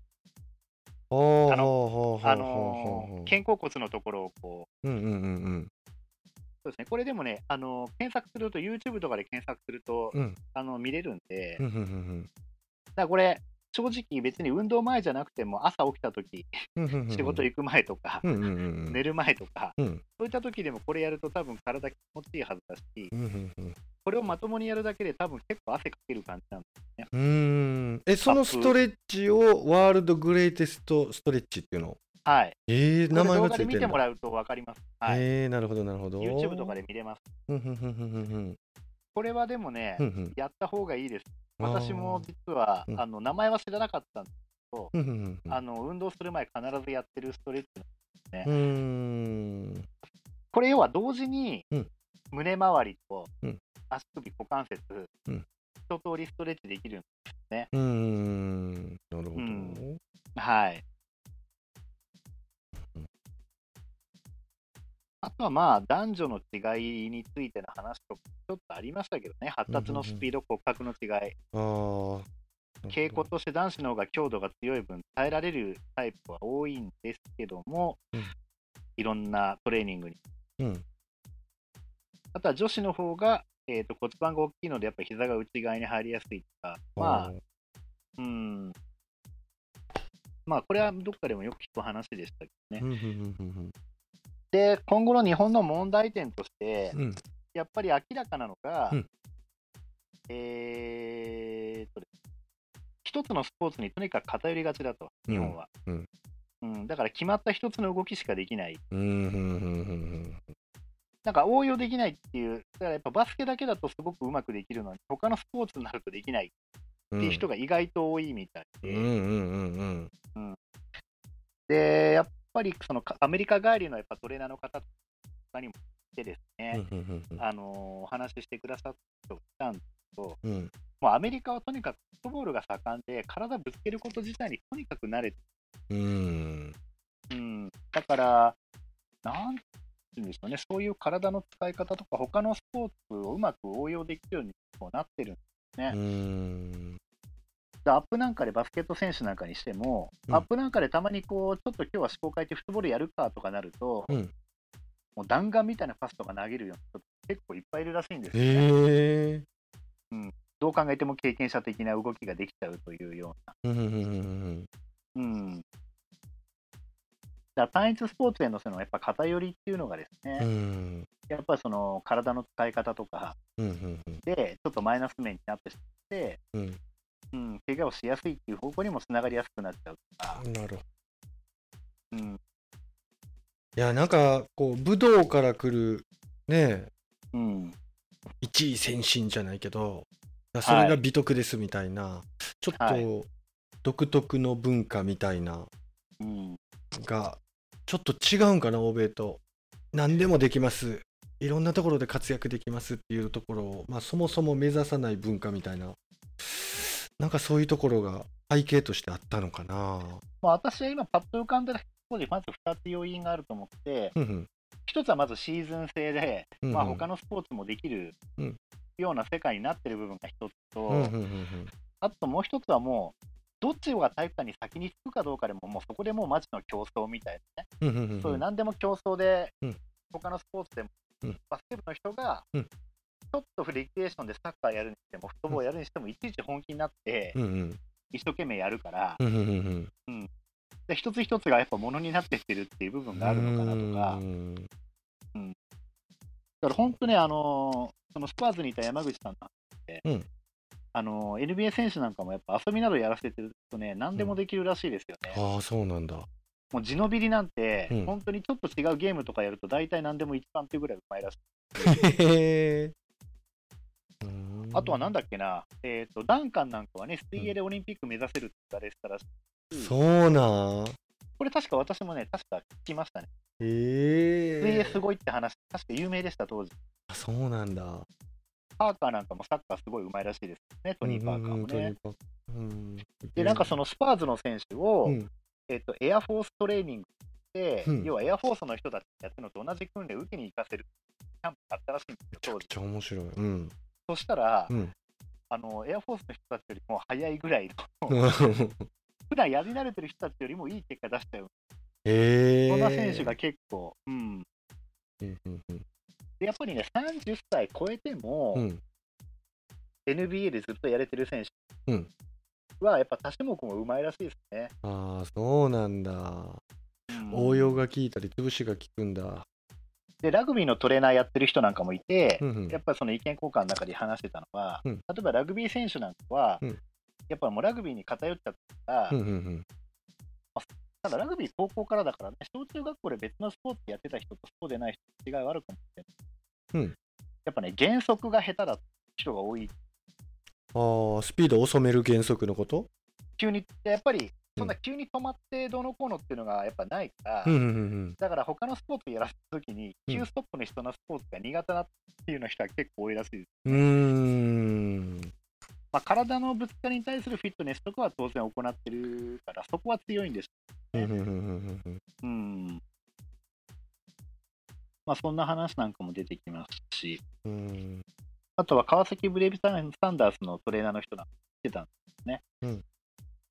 [SPEAKER 2] あー
[SPEAKER 3] あ
[SPEAKER 2] の
[SPEAKER 3] あのー肩甲骨のところをこう、
[SPEAKER 2] うんうんうんうん
[SPEAKER 3] そうですね、これでもね、あのー検索すると、YouTube とかで検索すると、
[SPEAKER 2] うん
[SPEAKER 3] あの見れるんで、
[SPEAKER 2] う
[SPEAKER 3] だ
[SPEAKER 2] んうん
[SPEAKER 3] からこれ、正直、別に運動前じゃなくても、朝起きたとき、
[SPEAKER 2] うんうんうんうん
[SPEAKER 3] 仕事行く前とか、
[SPEAKER 2] うんうんうん
[SPEAKER 3] 寝る前とか、
[SPEAKER 2] うん
[SPEAKER 3] そういったときでもこれやると、多分体気持ちいいはずだし、
[SPEAKER 2] うんうんうん
[SPEAKER 3] これをまともにやるだけで、多分結構汗かける感じなんで、
[SPEAKER 2] うーんえそのストレッチをワールドグレイテストストレッチっていうの
[SPEAKER 3] はい、
[SPEAKER 2] えー、名
[SPEAKER 3] これ
[SPEAKER 2] 前
[SPEAKER 3] 動
[SPEAKER 2] が
[SPEAKER 3] 画
[SPEAKER 2] つ
[SPEAKER 3] で
[SPEAKER 2] いて
[SPEAKER 3] 見
[SPEAKER 2] る
[SPEAKER 3] て
[SPEAKER 2] ん
[SPEAKER 3] も
[SPEAKER 2] だ
[SPEAKER 3] らうと分かります。はい
[SPEAKER 2] えー、なるほどなるほど
[SPEAKER 3] YouTube とかで見れます。
[SPEAKER 2] うんうんうんうんうんうん
[SPEAKER 3] これはでもね、
[SPEAKER 2] うんうん
[SPEAKER 3] やった方がいいです。
[SPEAKER 2] あー
[SPEAKER 3] 私も実は、
[SPEAKER 2] うん
[SPEAKER 3] あの名前は知らなかったんです
[SPEAKER 2] うんうんうんうん
[SPEAKER 3] あの運動する前必ずやってるストレッチの
[SPEAKER 2] うーん
[SPEAKER 3] これ要は同時に、
[SPEAKER 2] うん
[SPEAKER 3] 胸周りと
[SPEAKER 2] うん
[SPEAKER 3] 足首股関節、
[SPEAKER 2] うん
[SPEAKER 3] 一通りストレッチできる
[SPEAKER 2] うーんなるほど、
[SPEAKER 3] うんはい
[SPEAKER 2] うん
[SPEAKER 3] あとはまあ男女の違いについての話とかちょっとありましたけどね発達のスピード骨格の違い
[SPEAKER 2] ああ
[SPEAKER 3] 傾向として男子の方が強度が強い分耐えられるタイプは多いんですけども、
[SPEAKER 2] うん
[SPEAKER 3] いろんなトレーニングに
[SPEAKER 2] うん
[SPEAKER 3] あとは女子の方が、えー、と骨盤が大きいので、やっぱ膝が内側に入りやすいとか、まあ、
[SPEAKER 2] ー
[SPEAKER 3] うん。まあ、これはどっかでもよく聞く話でしたけどね。
[SPEAKER 2] うんうんうん
[SPEAKER 3] で、今後の日本の問題点として
[SPEAKER 2] う、んうん
[SPEAKER 3] やっぱり明らかなのが、
[SPEAKER 2] うん
[SPEAKER 3] えーっとですね一つのスポーツにとにかく偏りがちだと、
[SPEAKER 2] うん
[SPEAKER 3] 日本は。
[SPEAKER 2] うん
[SPEAKER 3] うんだから決まった一つの動きしかできない、
[SPEAKER 2] うんうんうん
[SPEAKER 3] なんか応用できないっていう、だからやっぱバスケだけだとすごくうまくできるのに、他のスポーツになるとできない
[SPEAKER 2] うん
[SPEAKER 3] っていうう人
[SPEAKER 2] ん
[SPEAKER 3] が意外と多いみたい
[SPEAKER 2] うん
[SPEAKER 3] で、
[SPEAKER 2] うんうん
[SPEAKER 3] でやっぱりそのかアメリカ帰りのやっぱトレーナーの方とかにも来てです
[SPEAKER 2] うんう
[SPEAKER 3] ね、
[SPEAKER 2] んうんうん
[SPEAKER 3] あのお話ししてくださった人がいたんです
[SPEAKER 2] うん
[SPEAKER 3] もうアメリカはとにかくフットボールが盛んで、体ぶつけること自体にとにかく慣れて、
[SPEAKER 2] うん
[SPEAKER 3] うん、だから、なんていうんですかね、そういう体の使い方とか、他のスポーツをうまく応用できるようにこうなってるんで
[SPEAKER 2] うん
[SPEAKER 3] でアップなんかでバスケット選手なんかにしても、
[SPEAKER 2] うん
[SPEAKER 3] アップなんかでたまにこう、ちょっと今日は思考変えてフットボールやるかとかなると、
[SPEAKER 2] うん
[SPEAKER 3] もう弾丸みたいなパスとか投げるような人結構いっぱいいるらしいんですよね、
[SPEAKER 2] ええ
[SPEAKER 3] どう考えても経験者的な動きができちゃうというよう
[SPEAKER 2] うんうんうんうん
[SPEAKER 3] な。うんだから単一スポーツへのそのやっぱ偏りっていうのがですね、
[SPEAKER 2] うん
[SPEAKER 3] やっぱりその体の使い方とか
[SPEAKER 2] うんうんうん
[SPEAKER 3] で、ちょっとマイナス面になってしまって、
[SPEAKER 2] うん
[SPEAKER 3] うん、怪我をしやすいっていう方向にもつながりやすくなっちゃうとか、
[SPEAKER 2] なるほど
[SPEAKER 3] うん、
[SPEAKER 2] いやなんかこう武道から来るね
[SPEAKER 3] うん、
[SPEAKER 2] 一位先進じゃないけどいやそれが美徳ですみたいな、ちょっ
[SPEAKER 3] はい
[SPEAKER 2] と独特の文化みたいな
[SPEAKER 3] うん、
[SPEAKER 2] がちょっと違うんかな欧米と何でもできますいろんなところで活躍できますっていうところを、まあ、そもそも目指さない文化みたいななんかそういうところが背景としてあったのかな
[SPEAKER 3] まあ、私は今、パッと浮かんだところで、まず2つ要因があると思って、
[SPEAKER 2] うんうん
[SPEAKER 3] 1つはまずシーズン制で、
[SPEAKER 2] うんうん
[SPEAKER 3] まあ他のスポーツもできる
[SPEAKER 2] うん
[SPEAKER 3] ような世界になってる部分が1つと、
[SPEAKER 2] うんうんうん
[SPEAKER 3] あともう1つはもう、どっちが体育館に先に着くかどうかでも、もうそこでもうマジの競争みたいな
[SPEAKER 2] う
[SPEAKER 3] ね、
[SPEAKER 2] んうんうん
[SPEAKER 3] そういう何でも競争で、
[SPEAKER 2] うん
[SPEAKER 3] 他のスポーツでも、
[SPEAKER 2] うん
[SPEAKER 3] バスケ部の人が、
[SPEAKER 2] うん
[SPEAKER 3] ちょっとフリクエーションでサッカーやるにしても、フットボールやるにしても、いちいち本気になって
[SPEAKER 2] う、んうん
[SPEAKER 3] 一生懸命やるから、
[SPEAKER 2] うんうんうんうん
[SPEAKER 3] で一つ一つがやっぱものになってってるっていう部分があるのかなとか。
[SPEAKER 2] うん
[SPEAKER 3] だから本当ね、あのーそのスパーズにいた山口さんの話で、
[SPEAKER 2] うん
[SPEAKER 3] あのー NBA 選手なんかもやっぱ遊びなどやらせてるとね、何でもできるらしいですよね。
[SPEAKER 2] ああそうなんだ
[SPEAKER 3] もう地のビリなんて、
[SPEAKER 2] うん
[SPEAKER 3] 本当にちょっと違うゲームとかやると、大体何でも一番手ぐらいうまいらしい。
[SPEAKER 2] へえ
[SPEAKER 3] あとはなん
[SPEAKER 2] だ
[SPEAKER 3] だっけな、えっ、と、ダンカンなんかはね、水泳でオリンピック目指せるって言われてたらしい。
[SPEAKER 2] そうなん
[SPEAKER 3] これ確か私もね、確か聞きましたね。
[SPEAKER 2] へえ
[SPEAKER 3] 水泳すごいって話、確か有名でした、当時。
[SPEAKER 2] あそうなんだ
[SPEAKER 3] パーカーなんかもサッカーすごいうまいらしいですね、トニー・パーカーも
[SPEAKER 2] うんうんう
[SPEAKER 3] ね
[SPEAKER 2] ん。トニーパーカーうん
[SPEAKER 3] で、なんかそのスパーズの選手を、
[SPEAKER 2] うん
[SPEAKER 3] えっと、エアフォーストレーニングって、
[SPEAKER 2] うん
[SPEAKER 3] 要はエアフォースの人たちがやってるのと同じ訓練を受けに行かせるキャンプがあったらしいんですよ、当
[SPEAKER 2] めっ
[SPEAKER 3] 時。
[SPEAKER 2] ちゃ面白い。うん。
[SPEAKER 3] そしたら、
[SPEAKER 2] うん。
[SPEAKER 3] あのエアフォースの人たちよりも早いぐらいの、普段やり慣れてる人たちよりもいい結果出したよ、
[SPEAKER 2] へえ。
[SPEAKER 3] そんな選手が結構、うん
[SPEAKER 2] うんうんうん。
[SPEAKER 3] で、やっぱりね、30歳超えても、
[SPEAKER 2] うん。
[SPEAKER 3] NBA でずっとやれてる選手
[SPEAKER 2] うん
[SPEAKER 3] は、やっぱ多種目もうまいらしいですね。
[SPEAKER 2] ああ、そうなんだ。応用が効いたり、潰しが効くんだ。
[SPEAKER 3] で、ラグビーのトレーナーやってる人なんかもいて、
[SPEAKER 2] うんうん。
[SPEAKER 3] やっぱりその意見交換の中で話してたのは、
[SPEAKER 2] うん
[SPEAKER 3] 例えばラグビー選手なんかは、
[SPEAKER 2] うん
[SPEAKER 3] やっぱもうラグビーに偏っちゃったから、
[SPEAKER 2] うんうんうん。
[SPEAKER 3] ただラグビー高校からだからね、小中学校で別のスポーツやってた人とそうでない人の違いはあるかもしれない。
[SPEAKER 2] うん
[SPEAKER 3] やっぱね、原則が下手だった人が多い。
[SPEAKER 2] ああ、スピードを遅める原則のこと
[SPEAKER 3] 急に、やっぱり、そんな急に止まってどうのこうのっていうのがやっぱないから、
[SPEAKER 2] うんうんうん
[SPEAKER 3] だから他のスポーツやらせたときに、
[SPEAKER 2] うん
[SPEAKER 3] 急ストップの人のスポーツが苦手だっていうの人は結構多いらしいです。
[SPEAKER 2] うん。うーん。
[SPEAKER 3] まあ、体のぶつかりに対するフィットネスとかは当然行ってるから、そこは強いんです
[SPEAKER 2] うんうんうんうんうん。
[SPEAKER 3] うん。まあ、そんな話なんかも出てきますし、
[SPEAKER 2] うん。
[SPEAKER 3] あとは川崎ブレイブサンサンダースのトレーナーの人が来てたんですね。
[SPEAKER 2] うん。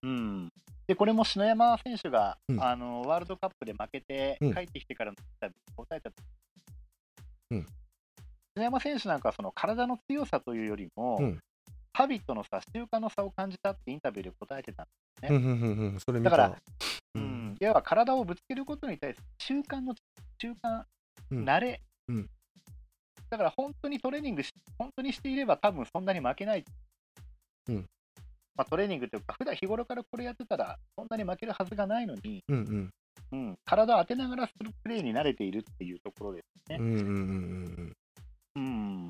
[SPEAKER 3] うんで、これも篠山選手が、
[SPEAKER 2] うん
[SPEAKER 3] あのワールドカップで負けて、
[SPEAKER 2] うん
[SPEAKER 3] 帰ってきてからのインタビューに答えたと
[SPEAKER 2] うん
[SPEAKER 3] 篠山選手なんかはその体の強さというよりも、
[SPEAKER 2] うん
[SPEAKER 3] ハビットの差、習慣の差を感じたってインタビューで答えてたんで
[SPEAKER 2] う
[SPEAKER 3] す
[SPEAKER 2] んうんうんうん。それ見た。
[SPEAKER 3] だから、
[SPEAKER 2] う。
[SPEAKER 3] うんん、いわば体をぶつけることに対する習慣の習慣、
[SPEAKER 2] うん
[SPEAKER 3] 慣れ、
[SPEAKER 2] うん
[SPEAKER 3] だから本当にトレーニングし、本当にしていれば、多分そんなに負けない。
[SPEAKER 2] うん
[SPEAKER 3] まあ、トレーニングというか、普段日頃からこれやってたら、そんなに負けるはずがないのに、
[SPEAKER 2] うんうん
[SPEAKER 3] うん、体を当てながらするプレーに慣れているっていうところです。
[SPEAKER 2] うんうんうんうん
[SPEAKER 3] うん、
[SPEAKER 2] うん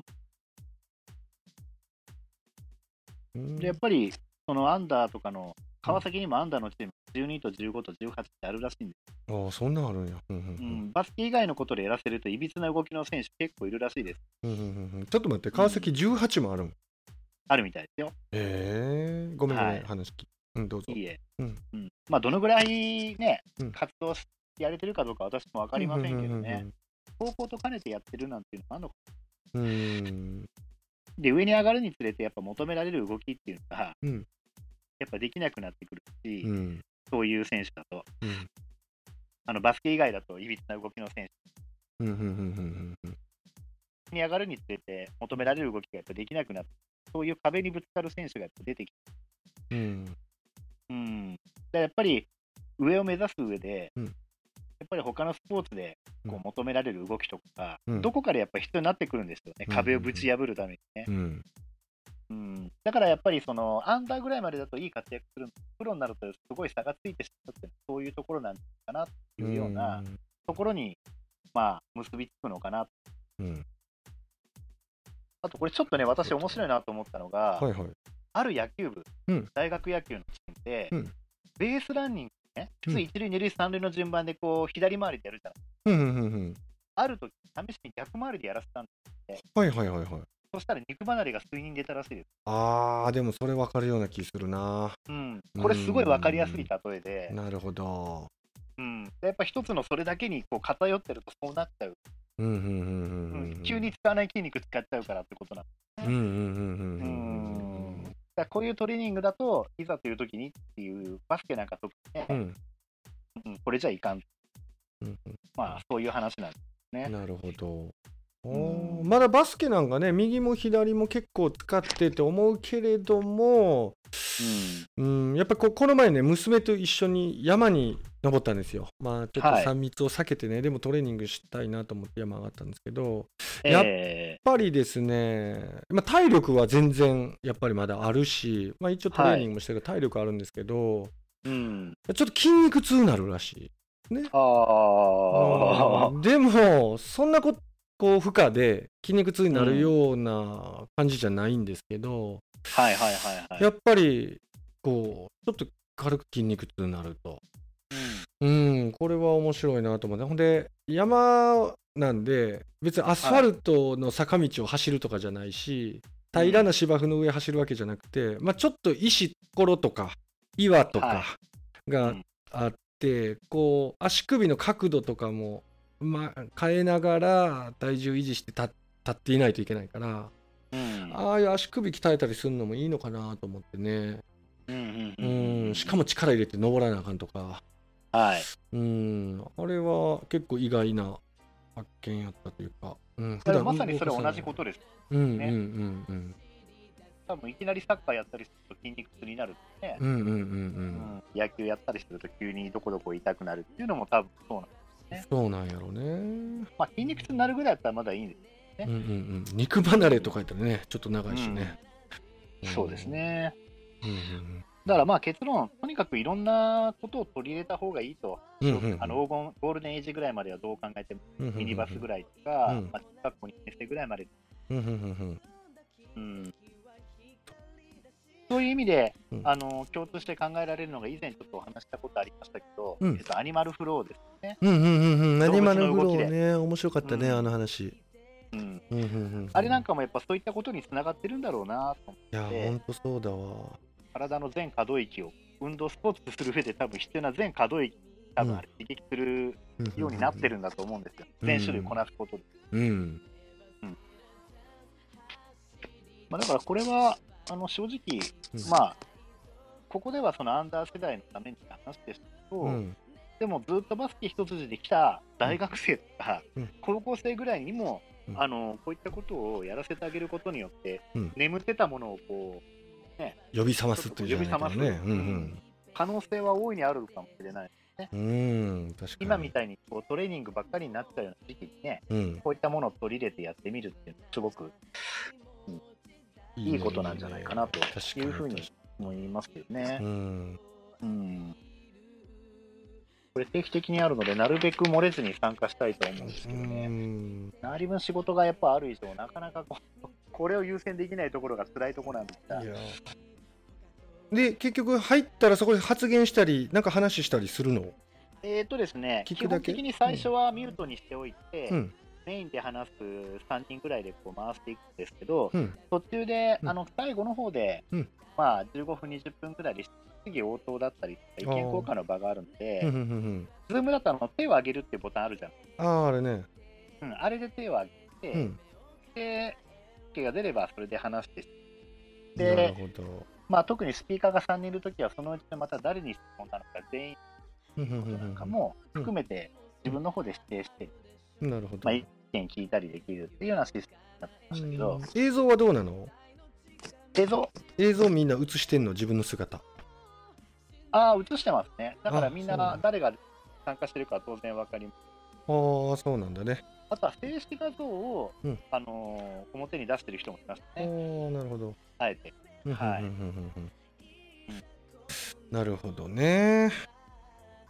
[SPEAKER 3] でやっぱり、そのアンダーとかの、川崎にもアンダーのチーム、12と15と18ってあるらしいんです
[SPEAKER 2] ああそんなんあるんや、うんう
[SPEAKER 3] うんん、バスケ以外のことでやらせると、いびつな動きの選手結構いるらしいです。
[SPEAKER 2] うんうんうんうん、ちょっと待って川崎18もあるん、
[SPEAKER 3] あるみたいですよ。
[SPEAKER 2] ええごめんごめん、
[SPEAKER 3] はい
[SPEAKER 2] 話聞きうんどうぞ
[SPEAKER 3] いいえ。
[SPEAKER 2] うん
[SPEAKER 3] うんまあ、どのぐらいね
[SPEAKER 2] うん、
[SPEAKER 3] 活動しやれてるかどうか私も分かりませんけどね、
[SPEAKER 2] う
[SPEAKER 3] 高校と兼ねてやってるなんていうのもあるのか
[SPEAKER 2] うんうん
[SPEAKER 3] で、上に上がるにつれて、やっぱ求められる動きっていうのが、
[SPEAKER 2] うん
[SPEAKER 3] やっぱできなくなってくるし、
[SPEAKER 2] うんうん
[SPEAKER 3] そういう選手だと、
[SPEAKER 2] うん
[SPEAKER 3] あのバスケ以外だと、いびつな動きの選
[SPEAKER 2] うんうんうんうん
[SPEAKER 3] 手に上がるにつれて、求められる動きがやっぱできなくなって、そういう壁にぶつかる選手がやっぱ出てきて、
[SPEAKER 2] うん
[SPEAKER 3] うん、だからやっぱり上を目指す上で、
[SPEAKER 2] うん
[SPEAKER 3] やっぱり他のスポーツで
[SPEAKER 2] う
[SPEAKER 3] こうん求められる動きとか、
[SPEAKER 2] うん
[SPEAKER 3] どこかでやっぱり必要になってくるんですよね、
[SPEAKER 2] うん
[SPEAKER 3] 壁をぶち破るためにね、
[SPEAKER 2] うん
[SPEAKER 3] うんだからやっぱりそのアンダーぐらいまでだといい活躍するのプロになるとすごい差がついてしまうっていうのはそういうところなんかなっていうようなところに、まあ結びつくのかな
[SPEAKER 2] うん
[SPEAKER 3] あとこれちょっとね私面白いなと思ったのが、
[SPEAKER 2] はいはい
[SPEAKER 3] ある野球部、
[SPEAKER 2] うん
[SPEAKER 3] 大学野球のチームで、
[SPEAKER 2] うん
[SPEAKER 3] ベースランニングね、普
[SPEAKER 2] うん
[SPEAKER 3] 通一塁、二塁、三塁の順番でこう左回りでやるじゃない。
[SPEAKER 2] うんうんうんうん
[SPEAKER 3] ある時試しに逆回りでやらせたんです。
[SPEAKER 2] はいはいはいはい
[SPEAKER 3] そしたら肉離れが水に出たらしいです。
[SPEAKER 2] あーでもそれ分かるような気するな
[SPEAKER 3] うん、これすごい分かりやすい例えで、
[SPEAKER 2] なるほど
[SPEAKER 3] うんでやっぱ一つのそれだけにこう偏ってるとそうなっちゃう、
[SPEAKER 2] うんうんうん
[SPEAKER 3] う
[SPEAKER 2] うんんうん
[SPEAKER 3] 急に使わない筋肉使っちゃうからってことなんで
[SPEAKER 2] うんうんうんうん
[SPEAKER 3] す。
[SPEAKER 2] う
[SPEAKER 3] うんんだからこういうトレーニングだといざという時にっていうバスケなんか特にね、
[SPEAKER 2] うん
[SPEAKER 3] うんこれじゃいかん、
[SPEAKER 2] うん
[SPEAKER 3] まあ、そういう話なんです。
[SPEAKER 2] なるほど。
[SPEAKER 3] ん
[SPEAKER 2] おーまだバスケなんかね右も左も結構使ってって思うけれども、うん、やっぱここの前ね娘と一緒に山に登ったんですよまあちょっ
[SPEAKER 3] はい
[SPEAKER 2] と3密を避けてね、でもトレーニングしたいなと思って山上がったんですけどやっ
[SPEAKER 3] え
[SPEAKER 2] やっぱりですね、まあ、体力は全然やっぱりまだあるし、まあ、一応トレーニングもしてるから体力あるんですけど、
[SPEAKER 3] ーうん、
[SPEAKER 2] ちょっと筋肉痛になるらしい
[SPEAKER 3] ああ、
[SPEAKER 2] うんでもそんなここう負荷で筋肉痛になるような感じじゃないんですけど、
[SPEAKER 3] はいはいはいはい。
[SPEAKER 2] やっぱりこうちょっと軽く筋肉痛になると
[SPEAKER 3] う
[SPEAKER 2] うんこれは面白いなと思ってほんで山なんで別にアスファルトの坂道を走るとかじゃないし、
[SPEAKER 3] はい
[SPEAKER 2] 平らな芝生の上走るわけじゃなくて、まあ、ちょっと石ころとか岩と
[SPEAKER 3] は
[SPEAKER 2] か
[SPEAKER 3] う
[SPEAKER 2] が
[SPEAKER 3] ん
[SPEAKER 2] あって、こう足首の角度とかも、まあ、変えながら体重維持して立立っていないといけないから、
[SPEAKER 3] ん
[SPEAKER 2] ああいう足首鍛えたりするのもいいのかなと思ってね、
[SPEAKER 3] うん
[SPEAKER 2] う
[SPEAKER 3] うん
[SPEAKER 2] ん、しかも力入れて登らなあかんとか。
[SPEAKER 3] はい、
[SPEAKER 2] うん、あれは結構意外な発見やったというか、うん、
[SPEAKER 3] だからまさにそれ同じこととです。
[SPEAKER 2] うんうん
[SPEAKER 3] ね
[SPEAKER 2] うんうん
[SPEAKER 3] 多分いきなりサッカーやったりすると筋肉痛になるね、
[SPEAKER 2] うんうんうんう
[SPEAKER 3] うんん野球やったりすると急にどこどこ痛くなるっていうのも多分そうなんで
[SPEAKER 2] そうなんやろうね、うん
[SPEAKER 3] す。まあ、筋肉痛になるぐらいだったらまだいいんで
[SPEAKER 2] うんうん、肉離れとか言ったらねちょっと長いしね、
[SPEAKER 3] す。そうですね。
[SPEAKER 2] うん
[SPEAKER 3] だからまあ結論、とにかくいろんなことを取り入れた方がいいと、
[SPEAKER 2] うんうんうんうん
[SPEAKER 3] あの黄金ゴールデンエイジぐらいまではどう考えても、
[SPEAKER 2] うんうんうん
[SPEAKER 3] ミニバスぐらいとか、
[SPEAKER 2] うん
[SPEAKER 3] まあ、中学校2年生ぐらいまで、
[SPEAKER 2] うんうんうん
[SPEAKER 3] うん、そういう意味で、
[SPEAKER 2] うん
[SPEAKER 3] あの共通して考えられるのが以前ちょっとお話したことありましたけど、
[SPEAKER 2] うん
[SPEAKER 3] えっと、アニマルフローです、
[SPEAKER 2] うんうんうんうんアニマルブ
[SPEAKER 3] 動物
[SPEAKER 2] ロ
[SPEAKER 3] の動きで
[SPEAKER 2] ーね面白かったね、
[SPEAKER 3] うん
[SPEAKER 2] あの話、
[SPEAKER 3] うん、
[SPEAKER 2] うんうんうん、
[SPEAKER 3] あれなん
[SPEAKER 2] か
[SPEAKER 3] かもやっぱそういったことにつながってるんだろうなと
[SPEAKER 2] いやほんとそうだわ
[SPEAKER 3] 体の全可動域を運動スポーツする上で多分必要な全可動域多分あれ刺激するようになってるんだと思うんですよ、
[SPEAKER 2] うん
[SPEAKER 3] 全種類こなすことで、
[SPEAKER 2] うん
[SPEAKER 3] まあ、だからこれはあの正直、
[SPEAKER 2] うん
[SPEAKER 3] まあここではそのアンダー世代のためにって話ですけど、
[SPEAKER 2] うん
[SPEAKER 3] でもずっとバスケ一筋で来た大学生とか、
[SPEAKER 2] うん
[SPEAKER 3] 高校生ぐらいにも、
[SPEAKER 2] うん
[SPEAKER 3] あのこういったことをやらせてあげることによって、
[SPEAKER 2] うん
[SPEAKER 3] 眠ってたものをこう
[SPEAKER 2] 呼び覚ますっていうじゃないけど
[SPEAKER 3] 呼び
[SPEAKER 2] ね
[SPEAKER 3] 覚ます
[SPEAKER 2] うんうん
[SPEAKER 3] 可能性は大いにあるかもしれないね。
[SPEAKER 2] うん、確かに。
[SPEAKER 3] 今みたいにこうトレーニングばっかりになっちゃうような時期にね、
[SPEAKER 2] うん、
[SPEAKER 3] こういったものを取り入れてやってみるっていうのは、すごく
[SPEAKER 2] ね
[SPEAKER 3] いいことなんじゃないかなと
[SPEAKER 2] 確か
[SPEAKER 3] いうふうに
[SPEAKER 2] 確
[SPEAKER 3] 思いますけど
[SPEAKER 2] かに
[SPEAKER 3] ね。
[SPEAKER 2] うん、
[SPEAKER 3] うん。これ定期的にあるので、なるべく漏れずに参加したいと思うんですけど
[SPEAKER 2] う
[SPEAKER 3] ね。
[SPEAKER 2] ん
[SPEAKER 3] なり分仕事がやっぱある以上、なかなかこう、これを優先できないところが辛いところなんですが
[SPEAKER 2] い、やで結局入ったらそこで発言したりなんか話したりするの
[SPEAKER 3] えーとですね、
[SPEAKER 2] 聞
[SPEAKER 3] 基
[SPEAKER 2] くだ
[SPEAKER 3] 本
[SPEAKER 2] け
[SPEAKER 3] 的に最初はミュートにしておいて、
[SPEAKER 2] うん
[SPEAKER 3] メインで話す3人ぐらいでこう回していくんですけど、
[SPEAKER 2] うん
[SPEAKER 3] 途中で、
[SPEAKER 2] うん
[SPEAKER 3] あの最後の方で、
[SPEAKER 2] うん
[SPEAKER 3] まあ、15分、20分ぐらいで質疑応答だったりとか、意見交換の場があるの
[SPEAKER 2] うんうん
[SPEAKER 3] で、
[SPEAKER 2] うんうん
[SPEAKER 3] ズームだったらあの手を挙げるっていうボタンあるじゃん、
[SPEAKER 2] あああれね
[SPEAKER 3] うん、あれで手を挙げ
[SPEAKER 2] う
[SPEAKER 3] て、
[SPEAKER 2] ん
[SPEAKER 3] で、OK が出ればそれで話して、で
[SPEAKER 2] なるほど
[SPEAKER 3] まあ、特にスピーカーが3人いるときは、そのうちのまた誰に質問なのか、全員
[SPEAKER 2] うんうん
[SPEAKER 3] の
[SPEAKER 2] う
[SPEAKER 3] こ
[SPEAKER 2] んう
[SPEAKER 3] となんんかも含めて、自分の方で指定して、
[SPEAKER 2] なるほど
[SPEAKER 3] まあ、意見聞いたりできるっていうようなシステムになってましたけ
[SPEAKER 2] う
[SPEAKER 3] ど、
[SPEAKER 2] ん映像はどうなの
[SPEAKER 3] 映像、
[SPEAKER 2] 映像みんな映してんの自分の姿
[SPEAKER 3] ああ、映してますね。だから
[SPEAKER 2] あ
[SPEAKER 3] みん
[SPEAKER 2] そうなん
[SPEAKER 3] な
[SPEAKER 2] だ
[SPEAKER 3] 誰が参加してるかは当然わかります。
[SPEAKER 2] ああそうなんだね
[SPEAKER 3] あとは静止画像を、
[SPEAKER 2] うん
[SPEAKER 3] あのー表に出してる人もいます
[SPEAKER 2] ああ
[SPEAKER 3] ね、
[SPEAKER 2] なるほど
[SPEAKER 3] あえて。
[SPEAKER 2] うん
[SPEAKER 3] はい
[SPEAKER 2] うんうんうんうんなるほどね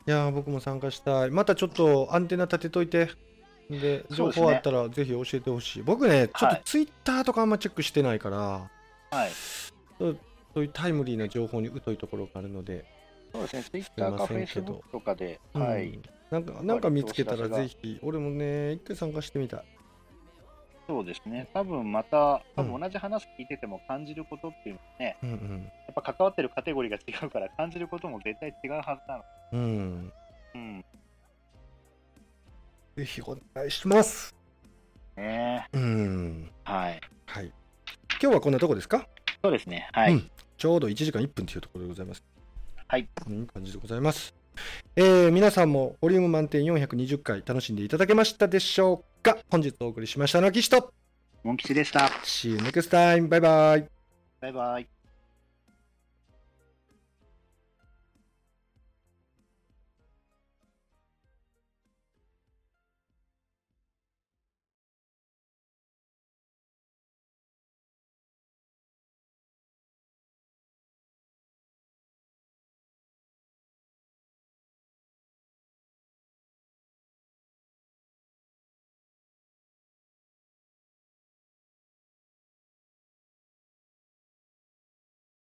[SPEAKER 2] いやー僕も参加したいまたちょっとアンテナ立てといてで
[SPEAKER 3] そ
[SPEAKER 2] 情
[SPEAKER 3] うですね
[SPEAKER 2] 報あったらぜひ教えてほしい、僕ねちょっ
[SPEAKER 3] は
[SPEAKER 2] と
[SPEAKER 3] い
[SPEAKER 2] ツイッターとかあんまチェックしてないから、
[SPEAKER 3] はい。
[SPEAKER 2] そうそういうタイムリーな情報に疎いところがあるので、
[SPEAKER 3] そうですね、Twitter
[SPEAKER 2] ま
[SPEAKER 3] か
[SPEAKER 2] せんけど
[SPEAKER 3] Facebook とかで、は
[SPEAKER 2] う
[SPEAKER 3] い
[SPEAKER 2] ん、なんかなんか見つけた
[SPEAKER 3] お
[SPEAKER 2] ら
[SPEAKER 3] 知らせ
[SPEAKER 2] ぜ
[SPEAKER 3] が
[SPEAKER 2] ひ俺もね一回参加してみたい
[SPEAKER 3] そうですね、多分また、
[SPEAKER 2] う
[SPEAKER 3] 多
[SPEAKER 2] ん
[SPEAKER 3] 分同じ話聞いてても感じることっていうのはね、
[SPEAKER 2] うん
[SPEAKER 3] やっぱ関わってるカテゴリーが違うから、感じることも絶対違うはずなの。
[SPEAKER 2] うんうん
[SPEAKER 3] うん。
[SPEAKER 2] ぜひお願いします
[SPEAKER 3] ね
[SPEAKER 2] うん
[SPEAKER 3] はい。
[SPEAKER 2] はい今日はこんなとこですか
[SPEAKER 3] そうですね、はい。
[SPEAKER 2] うんちょうど1時間1分というところでございます。
[SPEAKER 3] はい。
[SPEAKER 2] いい感じでございます。えー皆さんもボリューム満点420回楽しんでいただけましたでしょうか本日お送りしましたのは岸と
[SPEAKER 3] モン吉でした。
[SPEAKER 2] See you next time! バイバイ
[SPEAKER 3] バイバイ。